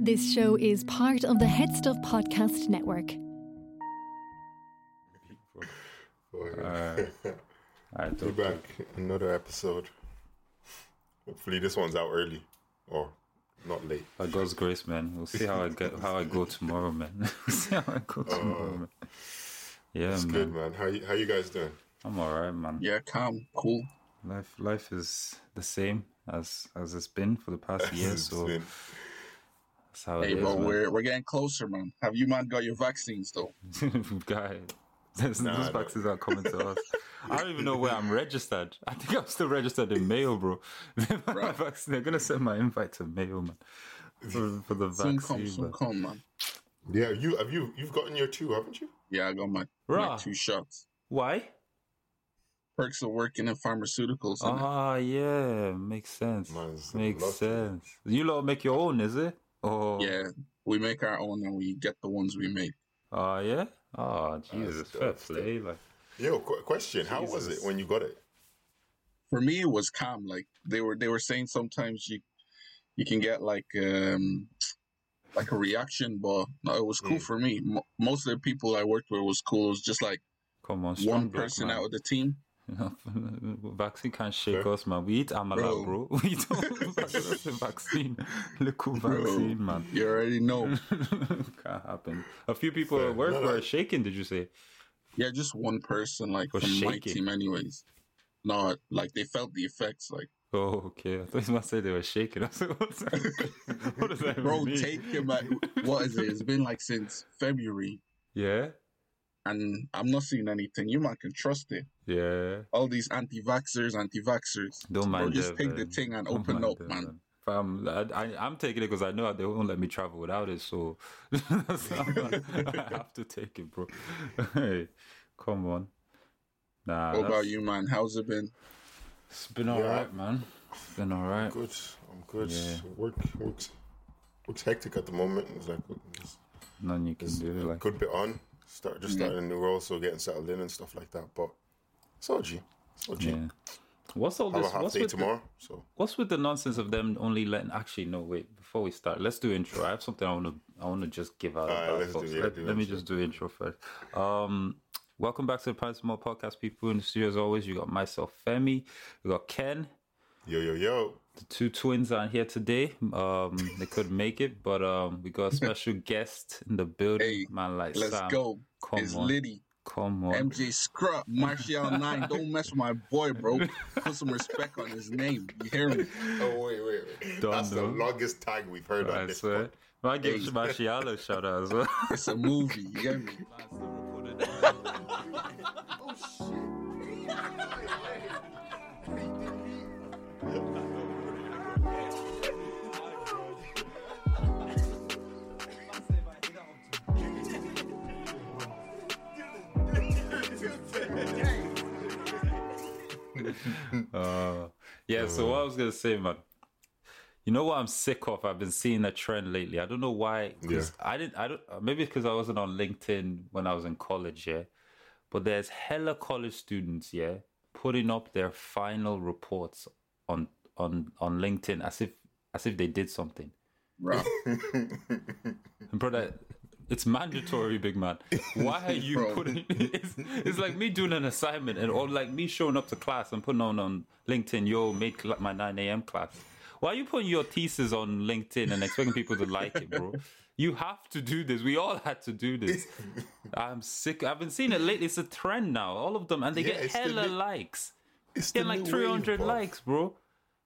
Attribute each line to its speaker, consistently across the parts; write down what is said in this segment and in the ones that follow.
Speaker 1: This show is part of the Head Stuff Podcast Network.
Speaker 2: Alright. All right,
Speaker 3: We're
Speaker 2: dope.
Speaker 3: back. Another episode. Hopefully, this one's out early or not late.
Speaker 2: By God's grace, man. We'll see how I get how I go tomorrow, man. we'll see how I go
Speaker 4: Oh.
Speaker 2: tomorrow, man. Yeah,
Speaker 3: It's
Speaker 2: man.
Speaker 3: good, man. How you, how you guys doing?
Speaker 2: I'm alright, man.
Speaker 4: Yeah, calm, cool.
Speaker 2: Life life is the same as as it's been for the past year,
Speaker 3: It's
Speaker 2: so
Speaker 3: been-
Speaker 2: that's how Oh, it
Speaker 4: Hey,
Speaker 2: is,
Speaker 4: bro,
Speaker 2: man.
Speaker 4: we're, we're getting closer, man. Have you, man, got your vaccines, though?
Speaker 2: guy. Those,
Speaker 3: Nah,
Speaker 2: those
Speaker 3: I don't.
Speaker 2: vaccines are coming to us. I don't even know where I'm registered. I think I'm still registered in Mayo, bro. My
Speaker 4: Right.
Speaker 2: vaccine, they're gonna send my invite to Mayo, man, for, for the vaccine.
Speaker 4: Soon come, soon
Speaker 2: man.
Speaker 4: come, man.
Speaker 3: yeah, you have you you've gotten your two, haven't you?
Speaker 4: Yeah, I got my,
Speaker 2: Rah.
Speaker 4: my two shots.
Speaker 2: Why?
Speaker 4: Perks of working in pharmaceuticals. and
Speaker 2: Ah, yeah, makes sense.
Speaker 3: Mine's
Speaker 2: makes
Speaker 3: lucky.
Speaker 2: sense. You lot make your own, is it? Oh,
Speaker 4: yeah, we make our own and we get the ones we make.
Speaker 2: Ah, yeah. Ah, Jesus, fair
Speaker 3: dope, still.
Speaker 2: play. Like,
Speaker 3: Yo, qu- question. How was
Speaker 2: Jesus.
Speaker 3: it when you got it?
Speaker 4: For me, it was calm. Like they were, they were saying sometimes you, you can get like, um, like a reaction, but no, it was cool for me. Mo most of the people I worked with was cool. It was just like
Speaker 2: come on, strong
Speaker 4: one
Speaker 2: black
Speaker 4: person
Speaker 2: man.
Speaker 4: out of the team.
Speaker 2: vaccine can't shake us, man. We eat amala, bro.
Speaker 4: Bro.
Speaker 2: We don't that's a vaccine. Little vaccine, man.
Speaker 4: You already know.
Speaker 2: can't happen. A few people
Speaker 3: Fair.
Speaker 2: at work
Speaker 3: uh, No, no.
Speaker 2: were shaking. Did you say?
Speaker 4: Yeah, just one person, like
Speaker 2: Was
Speaker 4: from my
Speaker 2: shaking.
Speaker 4: team, anyways. No, like they felt the effects, like
Speaker 2: Oh, okay. I thought you must say they were shaking. I was like, what's that? what does that
Speaker 4: bro,
Speaker 2: mean?
Speaker 4: take him. Like, what is it? It's been like since February,
Speaker 2: Yeah,
Speaker 4: and I'm not seeing anything. You man can trust it.
Speaker 2: yeah.
Speaker 4: All these anti-vaxxers, anti-vaxxers.
Speaker 2: Don't
Speaker 4: Bro,
Speaker 2: mind
Speaker 4: just
Speaker 2: them,
Speaker 4: take
Speaker 2: man.
Speaker 4: the thing and
Speaker 2: Don't
Speaker 4: open
Speaker 2: mind
Speaker 4: up,
Speaker 2: them,
Speaker 4: man.
Speaker 2: Fam, I, I, I'm taking it because I know they won't let me travel without it, so that's- I'm gonna- I have to take it, bro. Hey, come on. Nah,
Speaker 4: What about
Speaker 2: that's-
Speaker 4: you, man? How's it been?
Speaker 2: It's been alright, man. It's been alright.
Speaker 3: Good. I'm good.
Speaker 2: Yeah.
Speaker 3: Work works works hectic at the moment. It's like it's
Speaker 2: None you can do. Like,
Speaker 3: good bit on. Start just starting a new role, so getting settled in and stuff like that. But it's all G. It's all G.
Speaker 2: yeah. What's all
Speaker 3: Have
Speaker 2: this?
Speaker 3: a half
Speaker 2: What's
Speaker 3: day
Speaker 2: with, the,
Speaker 3: tomorrow. So
Speaker 2: what's with the nonsense of them only letting? Actually, no. Wait. Before we start, let's do intro. I have something I want to. I want to just give out.
Speaker 3: Alright,
Speaker 2: about,
Speaker 3: let's do-
Speaker 2: folks.
Speaker 3: yeah,
Speaker 2: let,
Speaker 3: do
Speaker 2: let me
Speaker 3: intro.
Speaker 2: just do intro first. Um, welcome back to the Pants More Podcast, people in the studio. As always, you got myself, Femi. You got Ken.
Speaker 3: yo yo yo.
Speaker 2: The two twins aren't here today. Um, they couldn't make it, but um, we got a special guest in the building.
Speaker 4: Hey,
Speaker 2: Man, like
Speaker 4: Let's
Speaker 2: Sam.
Speaker 4: go.
Speaker 2: Come
Speaker 4: it's
Speaker 2: on.
Speaker 4: Liddy,
Speaker 2: Come on.
Speaker 4: MJ Scrub, Martial Nine. Don't mess with my boy, bro. Put some respect on his name. You hear me?
Speaker 3: Oh wait wait wait.
Speaker 2: Don't
Speaker 3: That's the
Speaker 2: know.
Speaker 3: longest tag we've heard on
Speaker 2: I
Speaker 3: this.
Speaker 2: swear.
Speaker 3: pod.
Speaker 2: Well, I give Martial a shout out as well.
Speaker 4: It's a movie. You hear me?
Speaker 2: Oh, Yeah, so what I was gonna say, man. You know what I'm sick of? I've been seeing a trend lately. I don't know why. 'cause I didn't. I don't. uh, Maybe because I wasn't on LinkedIn when I was in college. Yeah, but there's hella college students. Yeah, putting up their final reports on on on LinkedIn as if as if they did something.
Speaker 4: Bro,
Speaker 2: Brother, it's mandatory, big man. Why are you
Speaker 4: Bro.
Speaker 2: putting? It's, it's like me doing an assignment, and or like me showing up to class and putting on on LinkedIn. Yo, make cl- my nine a.m. class. Why are you putting your thesis on LinkedIn and expecting people to like it, bro? You have to do this. We all had to do this. I'm sick. I've been seeing it lately. It's a trend now. All of them, and they
Speaker 3: Yeah,
Speaker 2: get
Speaker 3: it's the
Speaker 2: hella
Speaker 3: new-
Speaker 2: likes.
Speaker 3: It's
Speaker 2: Get
Speaker 3: the
Speaker 2: like
Speaker 3: new wave,
Speaker 2: 300
Speaker 3: bro.
Speaker 2: likes, bro.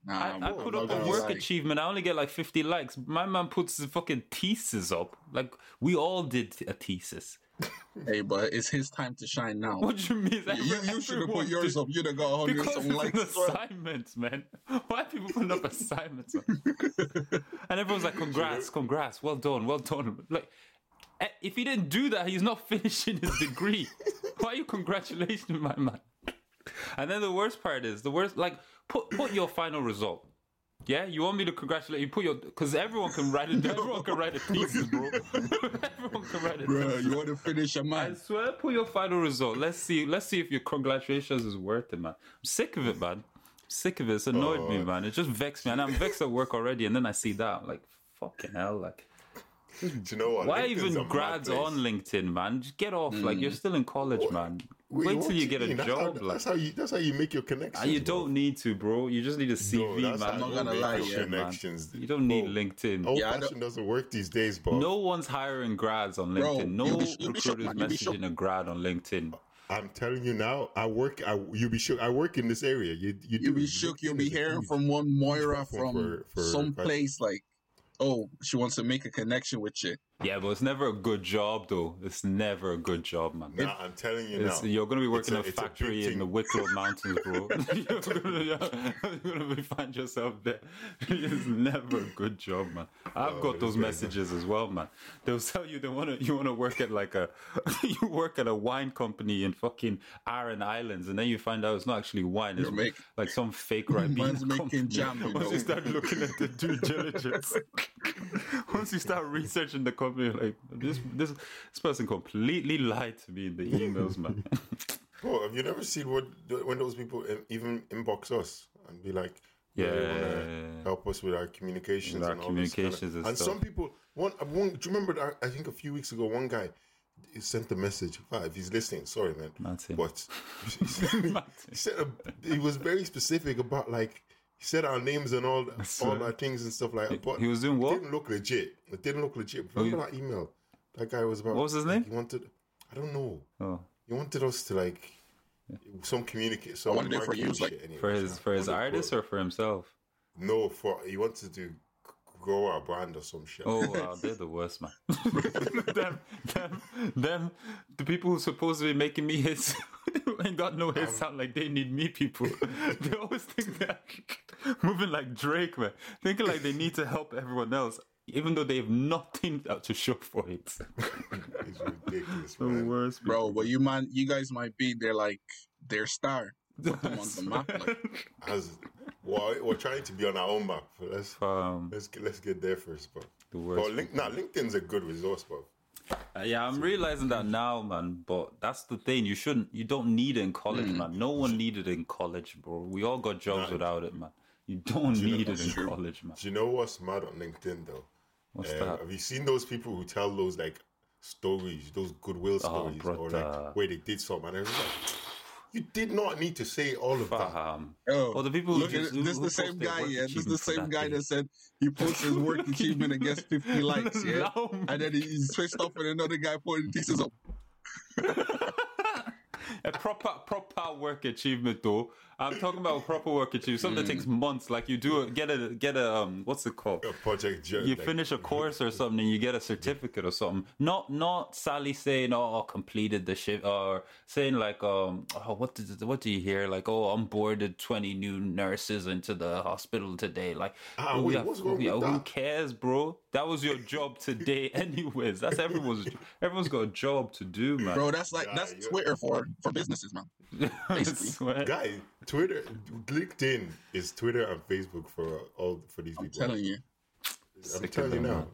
Speaker 4: nah,
Speaker 2: I, I
Speaker 4: bro,
Speaker 2: put
Speaker 4: no
Speaker 2: up a
Speaker 4: doubt.
Speaker 2: work
Speaker 3: like-
Speaker 2: achievement. I only get like 50 likes. My man puts his fucking thesis up. Like, we all did a thesis.
Speaker 4: Hey, but it's his time to shine now.
Speaker 2: What do you mean?
Speaker 4: You, you should have put yours up. You'd have got 100
Speaker 2: Because
Speaker 4: something
Speaker 2: it's an
Speaker 4: likes. bro.
Speaker 2: assignment, man. Why are people putting up assignments? man? and everyone's like, congrats, congrats, well done, well done. Like, eh, if he didn't do that, he's not finishing his degree. Why are you congratulating my man? And then the worst part is the worst. Like, put put your final result. Yeah, you want me to congratulate you? Put your because everyone can write it. Everyone can write a thesis, bro. everyone can write a
Speaker 4: Bro,
Speaker 2: thesis.
Speaker 4: you want to finish a
Speaker 2: I
Speaker 4: man?
Speaker 2: swear, pull your final result. Let's see. Let's see if your congratulations is worth it, man. I'm sick of it, man. I'm sick of it. It's
Speaker 3: Oh.
Speaker 2: annoyed me, man. It just vexed me, and I'm vexed at work already. And then I see that, I'm like, fucking hell, like.
Speaker 3: Do you know what?
Speaker 2: Why
Speaker 3: LinkedIn's a
Speaker 2: even
Speaker 3: mad
Speaker 2: grads
Speaker 3: place. Mm.
Speaker 2: on LinkedIn, man? Just get off. Like you're still in college, man.
Speaker 3: Wait,
Speaker 2: Wait
Speaker 3: what
Speaker 2: till
Speaker 3: do
Speaker 2: you get a
Speaker 3: mean? That's
Speaker 2: job.
Speaker 3: How,
Speaker 2: like
Speaker 3: that's how you. That's how you make your connections.
Speaker 2: Ah, you
Speaker 3: bro.
Speaker 2: don't need to, bro. You just need a
Speaker 3: No,
Speaker 2: CV,
Speaker 3: that's
Speaker 2: man.
Speaker 3: how
Speaker 4: I'm not
Speaker 3: you
Speaker 4: gonna
Speaker 3: make
Speaker 4: lie,
Speaker 3: your
Speaker 4: yeah,
Speaker 2: man.
Speaker 3: connections. Oh.
Speaker 2: You don't need
Speaker 3: Bro,
Speaker 2: LinkedIn.
Speaker 3: Old
Speaker 4: Yeah, I
Speaker 3: fashioned doesn't work these days, bro.
Speaker 2: No one's hiring grads on
Speaker 4: Bro,
Speaker 2: LinkedIn. no
Speaker 4: you'll be sh- you'll be shocked,
Speaker 2: recruiter's
Speaker 4: man. You'll be shocked.
Speaker 2: messaging a grad on LinkedIn.
Speaker 3: I'm telling you now. I work. I you be shook. I work in this area. You you
Speaker 4: You'll
Speaker 3: do.
Speaker 4: be shook. You'll
Speaker 3: LinkedIn
Speaker 4: be
Speaker 3: is a
Speaker 4: hearing
Speaker 3: huge-
Speaker 4: from one Moira
Speaker 3: platform
Speaker 4: from
Speaker 3: for- for
Speaker 4: some
Speaker 3: graduates.
Speaker 4: place like, oh, she wants to make a connection with you.
Speaker 2: Yeah, but it's never a good job, though. It's never a good job, man.
Speaker 3: Nah, I'm telling you now.
Speaker 2: It's- you're going to be working
Speaker 3: a-
Speaker 2: in a,
Speaker 3: it's a big
Speaker 2: factory in
Speaker 3: thing.
Speaker 2: the Wicklow Mountains, bro. you're going to find yourself there. It's never a good job, man. I've
Speaker 3: Oh,
Speaker 2: got those messages as well, man. They'll tell you they want to. You want to work at like a, you work at a wine company in fucking Aran Islands, and then you find out it's not actually wine. It's
Speaker 4: You're make-
Speaker 2: like some fake Ribena
Speaker 4: Man's making
Speaker 2: company.
Speaker 4: jam, you
Speaker 2: Once you
Speaker 4: know.
Speaker 2: start looking at the due diligence, once you start researching the company, you're like this this this person completely lied to me in the emails, man.
Speaker 3: Bro, have you never seen what when those people in- even inbox us and be like,
Speaker 2: Yeah,
Speaker 3: they wanna
Speaker 2: yeah, yeah, yeah.
Speaker 3: help us with our communications,
Speaker 2: With our
Speaker 3: and all this kinda-
Speaker 2: communications and
Speaker 3: and
Speaker 2: stuff.
Speaker 3: some people, one, one, do you remember? that- I think a few weeks ago, one guy he sent a message. Ah, if he's listening, sorry, man,
Speaker 2: Martin.
Speaker 3: but he sent me- he said a- he was very specific about like. He said our names and all, all our things and stuff like that. But
Speaker 2: he was doing what?
Speaker 3: It didn't look legit. It didn't look legit. Remember that email? That guy was about.
Speaker 2: What was his name?
Speaker 3: He wanted. I don't know.
Speaker 2: Oh,
Speaker 3: You wanted us to like some communicate. Some
Speaker 4: wanted it for
Speaker 3: marketing
Speaker 4: you, like,
Speaker 3: shit anyway.
Speaker 2: for his for his
Speaker 3: Wanted
Speaker 2: artist or for himself?
Speaker 3: no for he wanted to grow our brand or some shit.
Speaker 2: Oh wow, they're the worst, man. them, them, them, the people who supposed to be making me hits ain't got no hits
Speaker 4: Um,
Speaker 2: sound like they need me people. they always think that moving like Drake, man. Thinking like they need to help everyone else, even though they have nothing out to show for it.
Speaker 3: It's ridiculous,
Speaker 2: the
Speaker 3: man.
Speaker 2: worst, people.
Speaker 4: Bro, but you man, you guys might be their like their star. Put them on the map. Like,
Speaker 3: As we're, we're trying to be on our own map. but Let's
Speaker 2: Um,
Speaker 3: let's get, let's get there first, bro.
Speaker 2: the
Speaker 3: But
Speaker 2: worst.
Speaker 3: Link, nah, LinkedIn's a good resource, bro.
Speaker 2: Uh, yeah, I'm realizing that now, man. But that's the thing. You shouldn't. You don't need it in college,
Speaker 4: Hmm.
Speaker 2: man. No one needed it in college, bro. We all got jobs without it, man. You don't need it in college, man.
Speaker 3: Do you know what's mad on LinkedIn though?
Speaker 2: What's
Speaker 3: Um,
Speaker 2: that?
Speaker 3: Have you seen those people who tell those like stories, those goodwill stories, or
Speaker 2: Ah, brother.
Speaker 3: like where they did something? And I was like, you did not need to say all of that.
Speaker 2: Um,
Speaker 4: oh,
Speaker 2: Well, the people who
Speaker 4: look at
Speaker 2: just-
Speaker 4: it.
Speaker 2: who-
Speaker 4: this is
Speaker 2: who
Speaker 4: the
Speaker 2: post
Speaker 4: same
Speaker 2: their
Speaker 4: guy.
Speaker 2: work
Speaker 4: Yeah, this is the
Speaker 2: achievement for
Speaker 4: same
Speaker 2: that
Speaker 4: guy
Speaker 2: day.
Speaker 4: that said he posts his work achievement and gets fifty likes. Yeah,
Speaker 2: No.
Speaker 4: and then he, he switched off with another guy pointing pieces up.
Speaker 2: a proper proper work achievement, though. I'm talking about proper work achievement. Something
Speaker 4: Hmm.
Speaker 2: that takes months. Like you do a, get a get a um, what's it called?
Speaker 3: A project joke,
Speaker 2: you
Speaker 3: like,
Speaker 2: finish a course or something and you get a certificate or something not not sally saying oh I completed the shit or saying like um oh, what did, what do you hear like oh i'm boarded 20 new nurses into the hospital today like
Speaker 3: Ah,
Speaker 2: who
Speaker 3: wait,
Speaker 2: the-
Speaker 3: what's wrong
Speaker 2: yeah,
Speaker 3: with
Speaker 2: who
Speaker 3: that?
Speaker 2: cares bro that was your job today anyways that's everyone's everyone's got a job to do man
Speaker 4: Bro, that's like
Speaker 3: Yeah,
Speaker 4: that's
Speaker 3: you're-
Speaker 4: Twitter for for businesses, man.
Speaker 2: I swear.
Speaker 3: guy. Twitter, LinkedIn is Twitter and Facebook for all for these
Speaker 4: I'm
Speaker 3: people.
Speaker 4: telling you.
Speaker 3: I'm telling you now.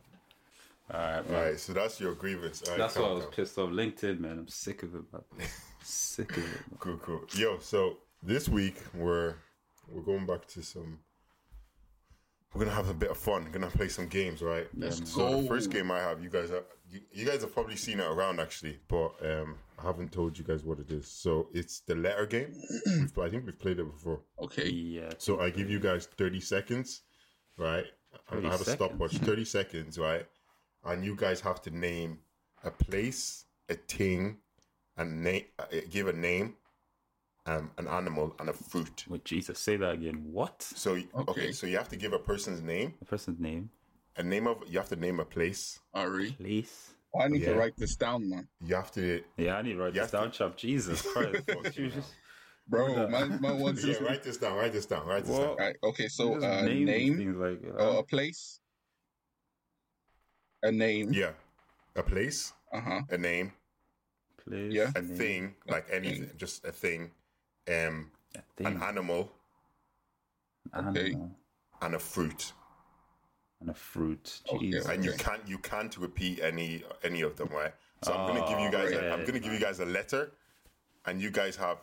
Speaker 2: all right man.
Speaker 3: All right, so that's your grievance. All right,
Speaker 2: that's why i
Speaker 3: calm
Speaker 2: was
Speaker 3: down.
Speaker 2: pissed off linkedin man i'm sick of it man sick of it man.
Speaker 3: Cool, cool. Yo, so this week we're we're going back to some. We're gonna have a bit of fun. Gonna play some games, right? Um,
Speaker 4: Let's
Speaker 3: So the
Speaker 4: go.
Speaker 3: first game I have, you guys have, you, you guys have probably seen it around actually, but um, I haven't told you guys what it is. So it's the letter game. We've pl- I think we've played it before.
Speaker 4: Okay.
Speaker 2: yeah
Speaker 3: So I give you guys 30 seconds, right? And I
Speaker 2: 30
Speaker 3: have a
Speaker 2: seconds?
Speaker 3: stopwatch, 30 seconds, right? And you guys have to name a place, a thing, and name, uh, give a name, um, an animal, and a fruit.
Speaker 2: Wait, Jesus, say that again. What?
Speaker 3: So okay.
Speaker 4: Okay.
Speaker 3: so you have to give a person's name,
Speaker 2: The person's name,
Speaker 3: a name of you have to name a place.
Speaker 4: Ari.
Speaker 2: place.
Speaker 4: I need
Speaker 3: Yeah.
Speaker 4: to write this down, man.
Speaker 3: You have to
Speaker 2: Yeah, I need to write
Speaker 3: Yes.
Speaker 2: this down, chap. Jesus Christ.
Speaker 3: Fucking hell.
Speaker 4: Bro, my my one
Speaker 3: yeah,
Speaker 4: system.
Speaker 3: write this down. Write this down. Write this
Speaker 2: Well,
Speaker 3: down.
Speaker 4: Right. Okay, so
Speaker 2: Just
Speaker 4: uh,
Speaker 2: name these
Speaker 4: name,
Speaker 2: things like,
Speaker 4: uh,
Speaker 2: uh,
Speaker 4: a place, a name.
Speaker 3: Yeah, a place,
Speaker 4: Uh huh.
Speaker 3: a name,
Speaker 2: place.
Speaker 4: yeah.
Speaker 3: a thing, like anything, just a thing, um,
Speaker 2: I think.
Speaker 3: an animal,
Speaker 2: an
Speaker 4: Okay.
Speaker 2: animal,
Speaker 3: and a fruit.
Speaker 2: And a fruit.
Speaker 4: Okay.
Speaker 2: Jesus.
Speaker 3: and you can't you can't repeat any any of them right so i'm gonna give
Speaker 2: Oh,
Speaker 3: you guys a, i'm
Speaker 2: right.
Speaker 3: gonna give you guys a letter and you guys have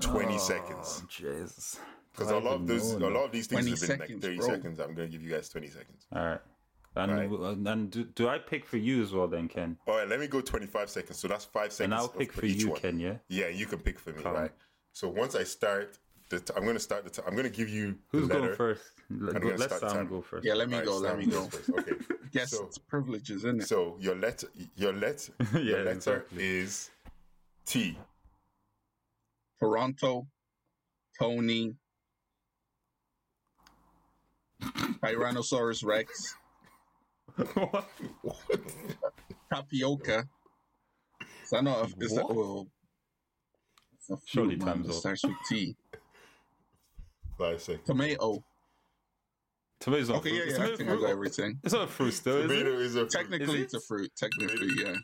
Speaker 3: 20 seconds
Speaker 2: Oh, Jesus.
Speaker 3: because a lot of those a lot of these things
Speaker 4: 20
Speaker 3: have been like
Speaker 4: seconds,
Speaker 3: 30
Speaker 4: bro.
Speaker 3: seconds i'm gonna give you guys 20 seconds
Speaker 2: All right. And
Speaker 3: Right.
Speaker 2: and- and do, do I pick for you as well then, Ken?
Speaker 3: All right, let me go 25 seconds. So that's five seconds.
Speaker 2: And I'll
Speaker 3: of-
Speaker 2: pick for
Speaker 3: each
Speaker 2: you,
Speaker 3: one.
Speaker 2: Ken. Yeah.
Speaker 3: Yeah, you can pick for me,
Speaker 2: Come.
Speaker 3: right? So once I start, the t- I'm going to start the. T- I'm going to give you.
Speaker 2: Who's
Speaker 3: the letter.
Speaker 2: going first? Let,
Speaker 3: I'm gonna
Speaker 2: let
Speaker 3: start
Speaker 2: Sam
Speaker 3: time.
Speaker 2: go first.
Speaker 4: Yeah, let me
Speaker 3: All right,
Speaker 4: go. Let
Speaker 3: Sam
Speaker 4: me
Speaker 3: goes
Speaker 4: go.
Speaker 3: first. Okay.
Speaker 4: Yes,
Speaker 3: So-
Speaker 4: it's privileges, isn't it?
Speaker 3: So your letter, your letter, your
Speaker 2: Yeah,
Speaker 3: letter
Speaker 2: exactly.
Speaker 3: is T.
Speaker 4: Toronto, Tony, Tyrannosaurus Rex, tapioca. Is that not? A, is that
Speaker 2: What?
Speaker 4: well? It's a fruit,
Speaker 2: Surely
Speaker 4: man,
Speaker 2: time's
Speaker 4: that
Speaker 2: up.
Speaker 4: starts with T.
Speaker 3: Five seconds.
Speaker 4: Tomato.
Speaker 2: Tomatoes not
Speaker 4: Okay,
Speaker 2: fruit.
Speaker 4: yeah,
Speaker 2: It's
Speaker 4: yeah. I
Speaker 2: not
Speaker 4: think I
Speaker 2: fruit.
Speaker 4: got everything.
Speaker 2: It's not fruit still, Oh, is it?
Speaker 3: Tomato is a
Speaker 4: Technically,
Speaker 2: it?
Speaker 4: it's a fruit. Technically, yeah.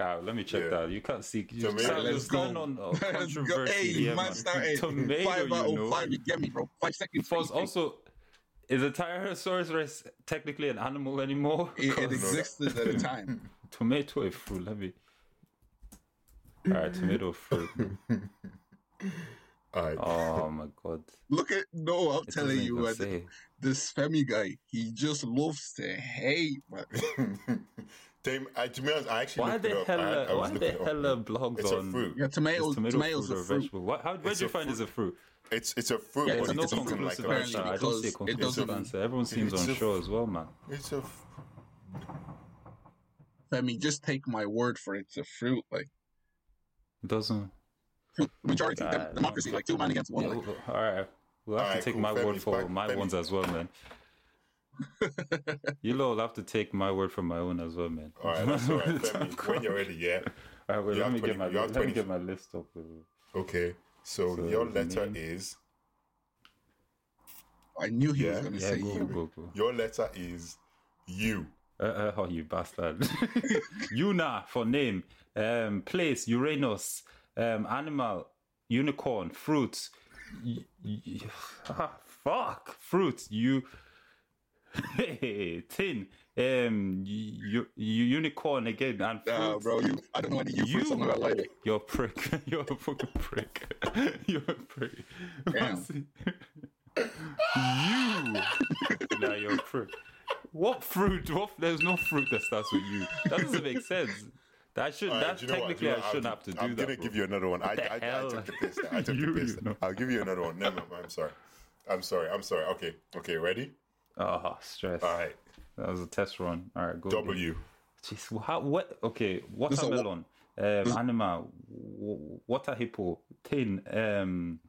Speaker 2: Ah, let me check
Speaker 3: Yeah.
Speaker 2: that. You can't see. You
Speaker 3: Tomato.
Speaker 2: Sam,
Speaker 3: Let's
Speaker 2: you're starting
Speaker 4: go.
Speaker 2: on oh,
Speaker 4: Let's go.
Speaker 2: controversy
Speaker 4: Hey,
Speaker 2: here,
Speaker 4: man, start hey,
Speaker 2: Tomato,
Speaker 4: five out
Speaker 2: you
Speaker 4: of
Speaker 2: know.
Speaker 4: five. You get me, bro. Five seconds.
Speaker 2: Plus,
Speaker 4: easy.
Speaker 2: also, is a Tyrannosaurus rex technically an animal anymore?
Speaker 4: it, it
Speaker 2: 'Cause
Speaker 4: existed at a time.
Speaker 2: Tomato is fruit. Let me. All right, tomato fruit.
Speaker 3: All right.
Speaker 2: Oh my god!
Speaker 4: Look at no. I'm
Speaker 2: It
Speaker 4: telling
Speaker 2: doesn't
Speaker 4: you,
Speaker 2: even
Speaker 4: uh,
Speaker 2: say.
Speaker 4: this Femi guy, he just loves to hate, man.
Speaker 3: Damn, I, to be honest, I actually
Speaker 2: Oh. Why
Speaker 3: looked it
Speaker 2: the
Speaker 3: up.
Speaker 2: hell?
Speaker 3: I,
Speaker 2: Are,
Speaker 3: I was
Speaker 2: why
Speaker 3: looking
Speaker 2: the
Speaker 3: it up.
Speaker 2: hell are blogs
Speaker 3: It's a
Speaker 2: on?
Speaker 3: fruit.
Speaker 4: Yeah,
Speaker 2: is
Speaker 4: tomatoes.
Speaker 2: tomato
Speaker 4: tomatoes
Speaker 2: fruit
Speaker 4: are
Speaker 2: or
Speaker 4: fruit.
Speaker 2: vegetable? What? How? Where
Speaker 3: It's
Speaker 2: did you
Speaker 3: a
Speaker 2: find it's a fruit?
Speaker 3: It's it's a fruit,
Speaker 4: Yeah,
Speaker 2: There's
Speaker 3: but
Speaker 2: no
Speaker 3: it's eaten like
Speaker 2: conclusive
Speaker 3: a
Speaker 4: apparently
Speaker 2: answer. I don't see a
Speaker 4: because it
Speaker 2: conclusive
Speaker 3: doesn't-
Speaker 2: answer. Everyone seems
Speaker 3: it's a-
Speaker 2: unsure as well, man.
Speaker 3: It's a
Speaker 4: Femi, just take my word for it. It's a fruit, like
Speaker 2: It doesn't.
Speaker 4: majority
Speaker 2: Uh,
Speaker 4: dem-
Speaker 2: no.
Speaker 4: democracy, like two man against one.
Speaker 2: Yeah,
Speaker 4: Like,
Speaker 2: well, all right. We'll have
Speaker 3: All
Speaker 2: to
Speaker 3: right,
Speaker 2: take
Speaker 3: cool.
Speaker 2: my word
Speaker 3: Femi's
Speaker 2: for
Speaker 3: back.
Speaker 2: my
Speaker 3: Femi-
Speaker 2: ones as well, man. you lot will have to take my word for my own as well, man.
Speaker 3: All right, that's all right.
Speaker 2: It's
Speaker 3: Femi,
Speaker 2: not
Speaker 3: when you're
Speaker 2: good.
Speaker 3: ready, yeah.
Speaker 2: All right, wait,
Speaker 3: you
Speaker 2: let
Speaker 3: have
Speaker 2: me
Speaker 3: 20
Speaker 2: get my
Speaker 3: you have
Speaker 2: let
Speaker 3: 20
Speaker 2: me get my list up. wait, wait.
Speaker 3: Okay. So,
Speaker 2: So
Speaker 3: your
Speaker 2: the
Speaker 3: letter
Speaker 2: name-
Speaker 3: is
Speaker 4: I knew he was
Speaker 3: Yeah.
Speaker 4: gonna
Speaker 2: Yeah,
Speaker 4: say
Speaker 2: go,
Speaker 4: you.
Speaker 2: go, go.
Speaker 3: your letter is U.
Speaker 2: Uh, uh, oh, you bastard. Yuna for name, um, place, Uranus, um, animal, unicorn, fruit. Y- y- ah, fuck, fruit. You hey, tin, um, you, unicorn again, and fruit.
Speaker 4: Nah, bro, you. I don't know any you.
Speaker 2: You-
Speaker 4: you. Something about like it.
Speaker 2: You're a prick. You're a fucking prick. You're a prick.
Speaker 4: Damn.
Speaker 2: you. Nah, you're a prick. What fruit? What? There's no fruit that starts with you. That doesn't make sense. That should.
Speaker 3: All right,
Speaker 2: that
Speaker 3: do you know what? Do
Speaker 2: technically,
Speaker 3: you know
Speaker 2: I
Speaker 3: what?
Speaker 2: shouldn't
Speaker 3: I'll-
Speaker 2: have to do
Speaker 3: I'm
Speaker 2: that.
Speaker 3: gonna
Speaker 2: bro.
Speaker 3: give you another one. I,
Speaker 2: the
Speaker 3: I, I,
Speaker 2: hell?
Speaker 3: took the piss. I took
Speaker 2: You,
Speaker 3: the piss.
Speaker 2: you know.
Speaker 3: I'll give you another one. Never mind. I'm sorry. I'm sorry. I'm sorry. Okay. Okay. Ready?
Speaker 2: Oh, stress.
Speaker 3: All right.
Speaker 2: That was a test run. All right, go. again.
Speaker 3: W.
Speaker 2: Jeez, wha- how, what? Okay,
Speaker 4: This a wa-
Speaker 2: watermelon,
Speaker 4: Mm.
Speaker 2: um, anima, w- water hippo, tin, um,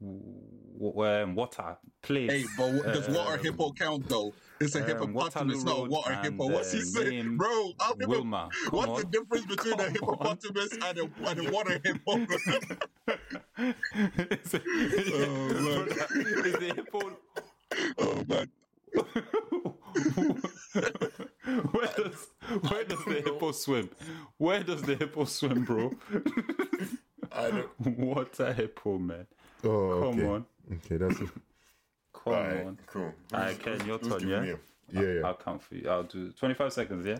Speaker 2: w- um, water, place.
Speaker 4: Hey, but what- does water
Speaker 2: um,
Speaker 4: hippo count though? It's a
Speaker 2: um,
Speaker 4: hippopotamus, not a
Speaker 2: Waterloo
Speaker 4: water
Speaker 2: Road
Speaker 4: hippo.
Speaker 2: and,
Speaker 4: What's he
Speaker 2: uh,
Speaker 4: saying,
Speaker 2: name
Speaker 4: bro? I'll give him-
Speaker 2: Wilma. Come
Speaker 4: What's
Speaker 2: on.
Speaker 4: the difference between a
Speaker 2: Come on.
Speaker 4: hippopotamus and a, and a water hippo?
Speaker 2: is it, is it-
Speaker 4: Oh, man.
Speaker 2: is it hippo?
Speaker 4: oh man,
Speaker 2: where does where does the hippo swim? Where does the hippo swim, bro?
Speaker 3: I don't.
Speaker 2: water hippo, man.
Speaker 3: Oh,
Speaker 2: Come on,
Speaker 3: Okay. That's it.
Speaker 2: come
Speaker 3: All right.
Speaker 2: on.
Speaker 3: Cool.
Speaker 2: All right,
Speaker 3: Who's-
Speaker 2: Ken, your
Speaker 3: who's
Speaker 2: turn,
Speaker 3: doing
Speaker 2: yeah?
Speaker 3: it? Yeah. Yeah.
Speaker 2: I'll count for you. I'll do 25 seconds, yeah?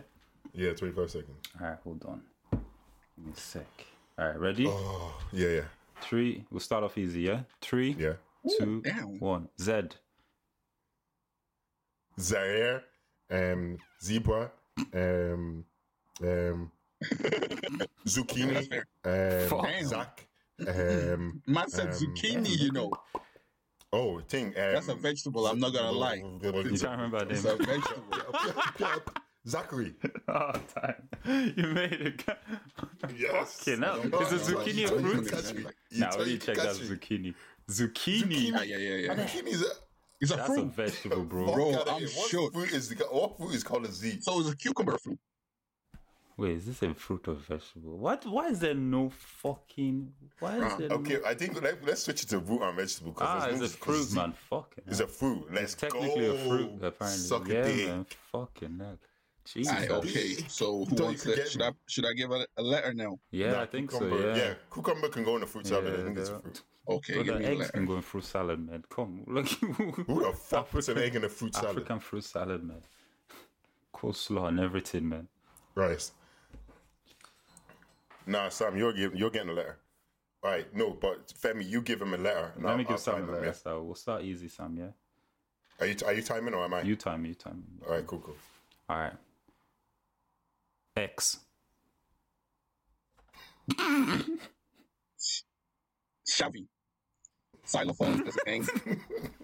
Speaker 3: Yeah. 25 seconds.
Speaker 2: All right, hold on. Give me a sec. All right, ready?
Speaker 3: Oh. Yeah. Yeah.
Speaker 2: Three. We'll start off easy, yeah? Three,
Speaker 3: Yeah.
Speaker 2: two,
Speaker 4: damn.
Speaker 2: one. Z.
Speaker 3: Zaire. Um. Zebra. Um. Um.
Speaker 4: that's
Speaker 3: zucchini.
Speaker 4: fair.
Speaker 3: Um.
Speaker 2: Fuck.
Speaker 3: Zach. Um.
Speaker 4: Man said
Speaker 3: Um,
Speaker 4: zucchini, you know.
Speaker 3: Oh, thing. Um,
Speaker 4: That's a vegetable, I'm not gonna lie.
Speaker 2: You can't remember
Speaker 4: It's
Speaker 2: the
Speaker 4: a
Speaker 2: name.
Speaker 4: vegetable.
Speaker 3: Zachary.
Speaker 2: oh, time. You made it.
Speaker 3: Yes.
Speaker 2: Fucking hell. Is
Speaker 4: Is
Speaker 2: a zucchini a fruit? Now, we check that zucchini. Zucchini.
Speaker 4: Yeah, yeah, yeah, yeah.
Speaker 3: Zucchini is a
Speaker 4: It's a
Speaker 2: That's a
Speaker 4: fruit.
Speaker 2: vegetable, bro.
Speaker 3: Fuck
Speaker 4: Bro,
Speaker 3: outta
Speaker 4: I'm
Speaker 3: here. What
Speaker 4: shook.
Speaker 3: Fruit is, what fruit is called a Z?
Speaker 4: so it's a cucumber fruit.
Speaker 2: Wait, is this a fruit or vegetable? What? Why is there no fucking. Why is
Speaker 4: Bruh,
Speaker 2: there
Speaker 3: Okay,
Speaker 2: no.
Speaker 3: I think let, let's switch it to root and vegetable. 'cause
Speaker 2: Ah,
Speaker 3: there's
Speaker 2: it's
Speaker 3: no-
Speaker 2: a
Speaker 3: 'cause
Speaker 2: fruit, man. Fucking.
Speaker 3: It's
Speaker 2: hell.
Speaker 3: a fruit. Let's
Speaker 2: It's technically
Speaker 3: go.
Speaker 2: a fruit, apparently.
Speaker 3: Suck a
Speaker 2: yeah,
Speaker 3: dick.
Speaker 2: man. Fucking hell.
Speaker 4: Aye,
Speaker 2: Jesus.
Speaker 4: okay. So who
Speaker 3: Don't
Speaker 4: wants
Speaker 3: you
Speaker 4: it?
Speaker 3: forget
Speaker 4: Should
Speaker 3: me.
Speaker 4: I should I give a, a letter now?
Speaker 2: Yeah,
Speaker 3: Nah,
Speaker 2: I think so.
Speaker 3: cucumber-
Speaker 2: Yeah.
Speaker 3: cucumber can go in the fruit salad. I
Speaker 2: Yeah,
Speaker 3: think it's a
Speaker 2: they're-
Speaker 3: fruit.
Speaker 4: Okay,
Speaker 2: Well,
Speaker 4: give
Speaker 2: the
Speaker 4: me a
Speaker 2: eggs can
Speaker 4: letter.
Speaker 2: go in fruit salad, man. Come, look.
Speaker 3: Who the fuck puts an
Speaker 2: African-
Speaker 3: egg in a fruit salad?
Speaker 2: African fruit salad, man. Coleslaw and everything, man.
Speaker 3: Rice. Nah, Sam, you're giving, you're getting a letter. All right, no, but Femi, you give him a letter. and
Speaker 2: Let
Speaker 3: I'll-
Speaker 2: me give
Speaker 3: I'll
Speaker 2: Sam
Speaker 3: find
Speaker 2: a
Speaker 3: him,
Speaker 2: letter. We'll start easy, Sam. Yeah.
Speaker 3: yeah. Are you are you timing or am I?
Speaker 2: You time. You time.
Speaker 3: All right, cool, cool.
Speaker 2: All right. X.
Speaker 4: Shabby. Xylophone is a thing.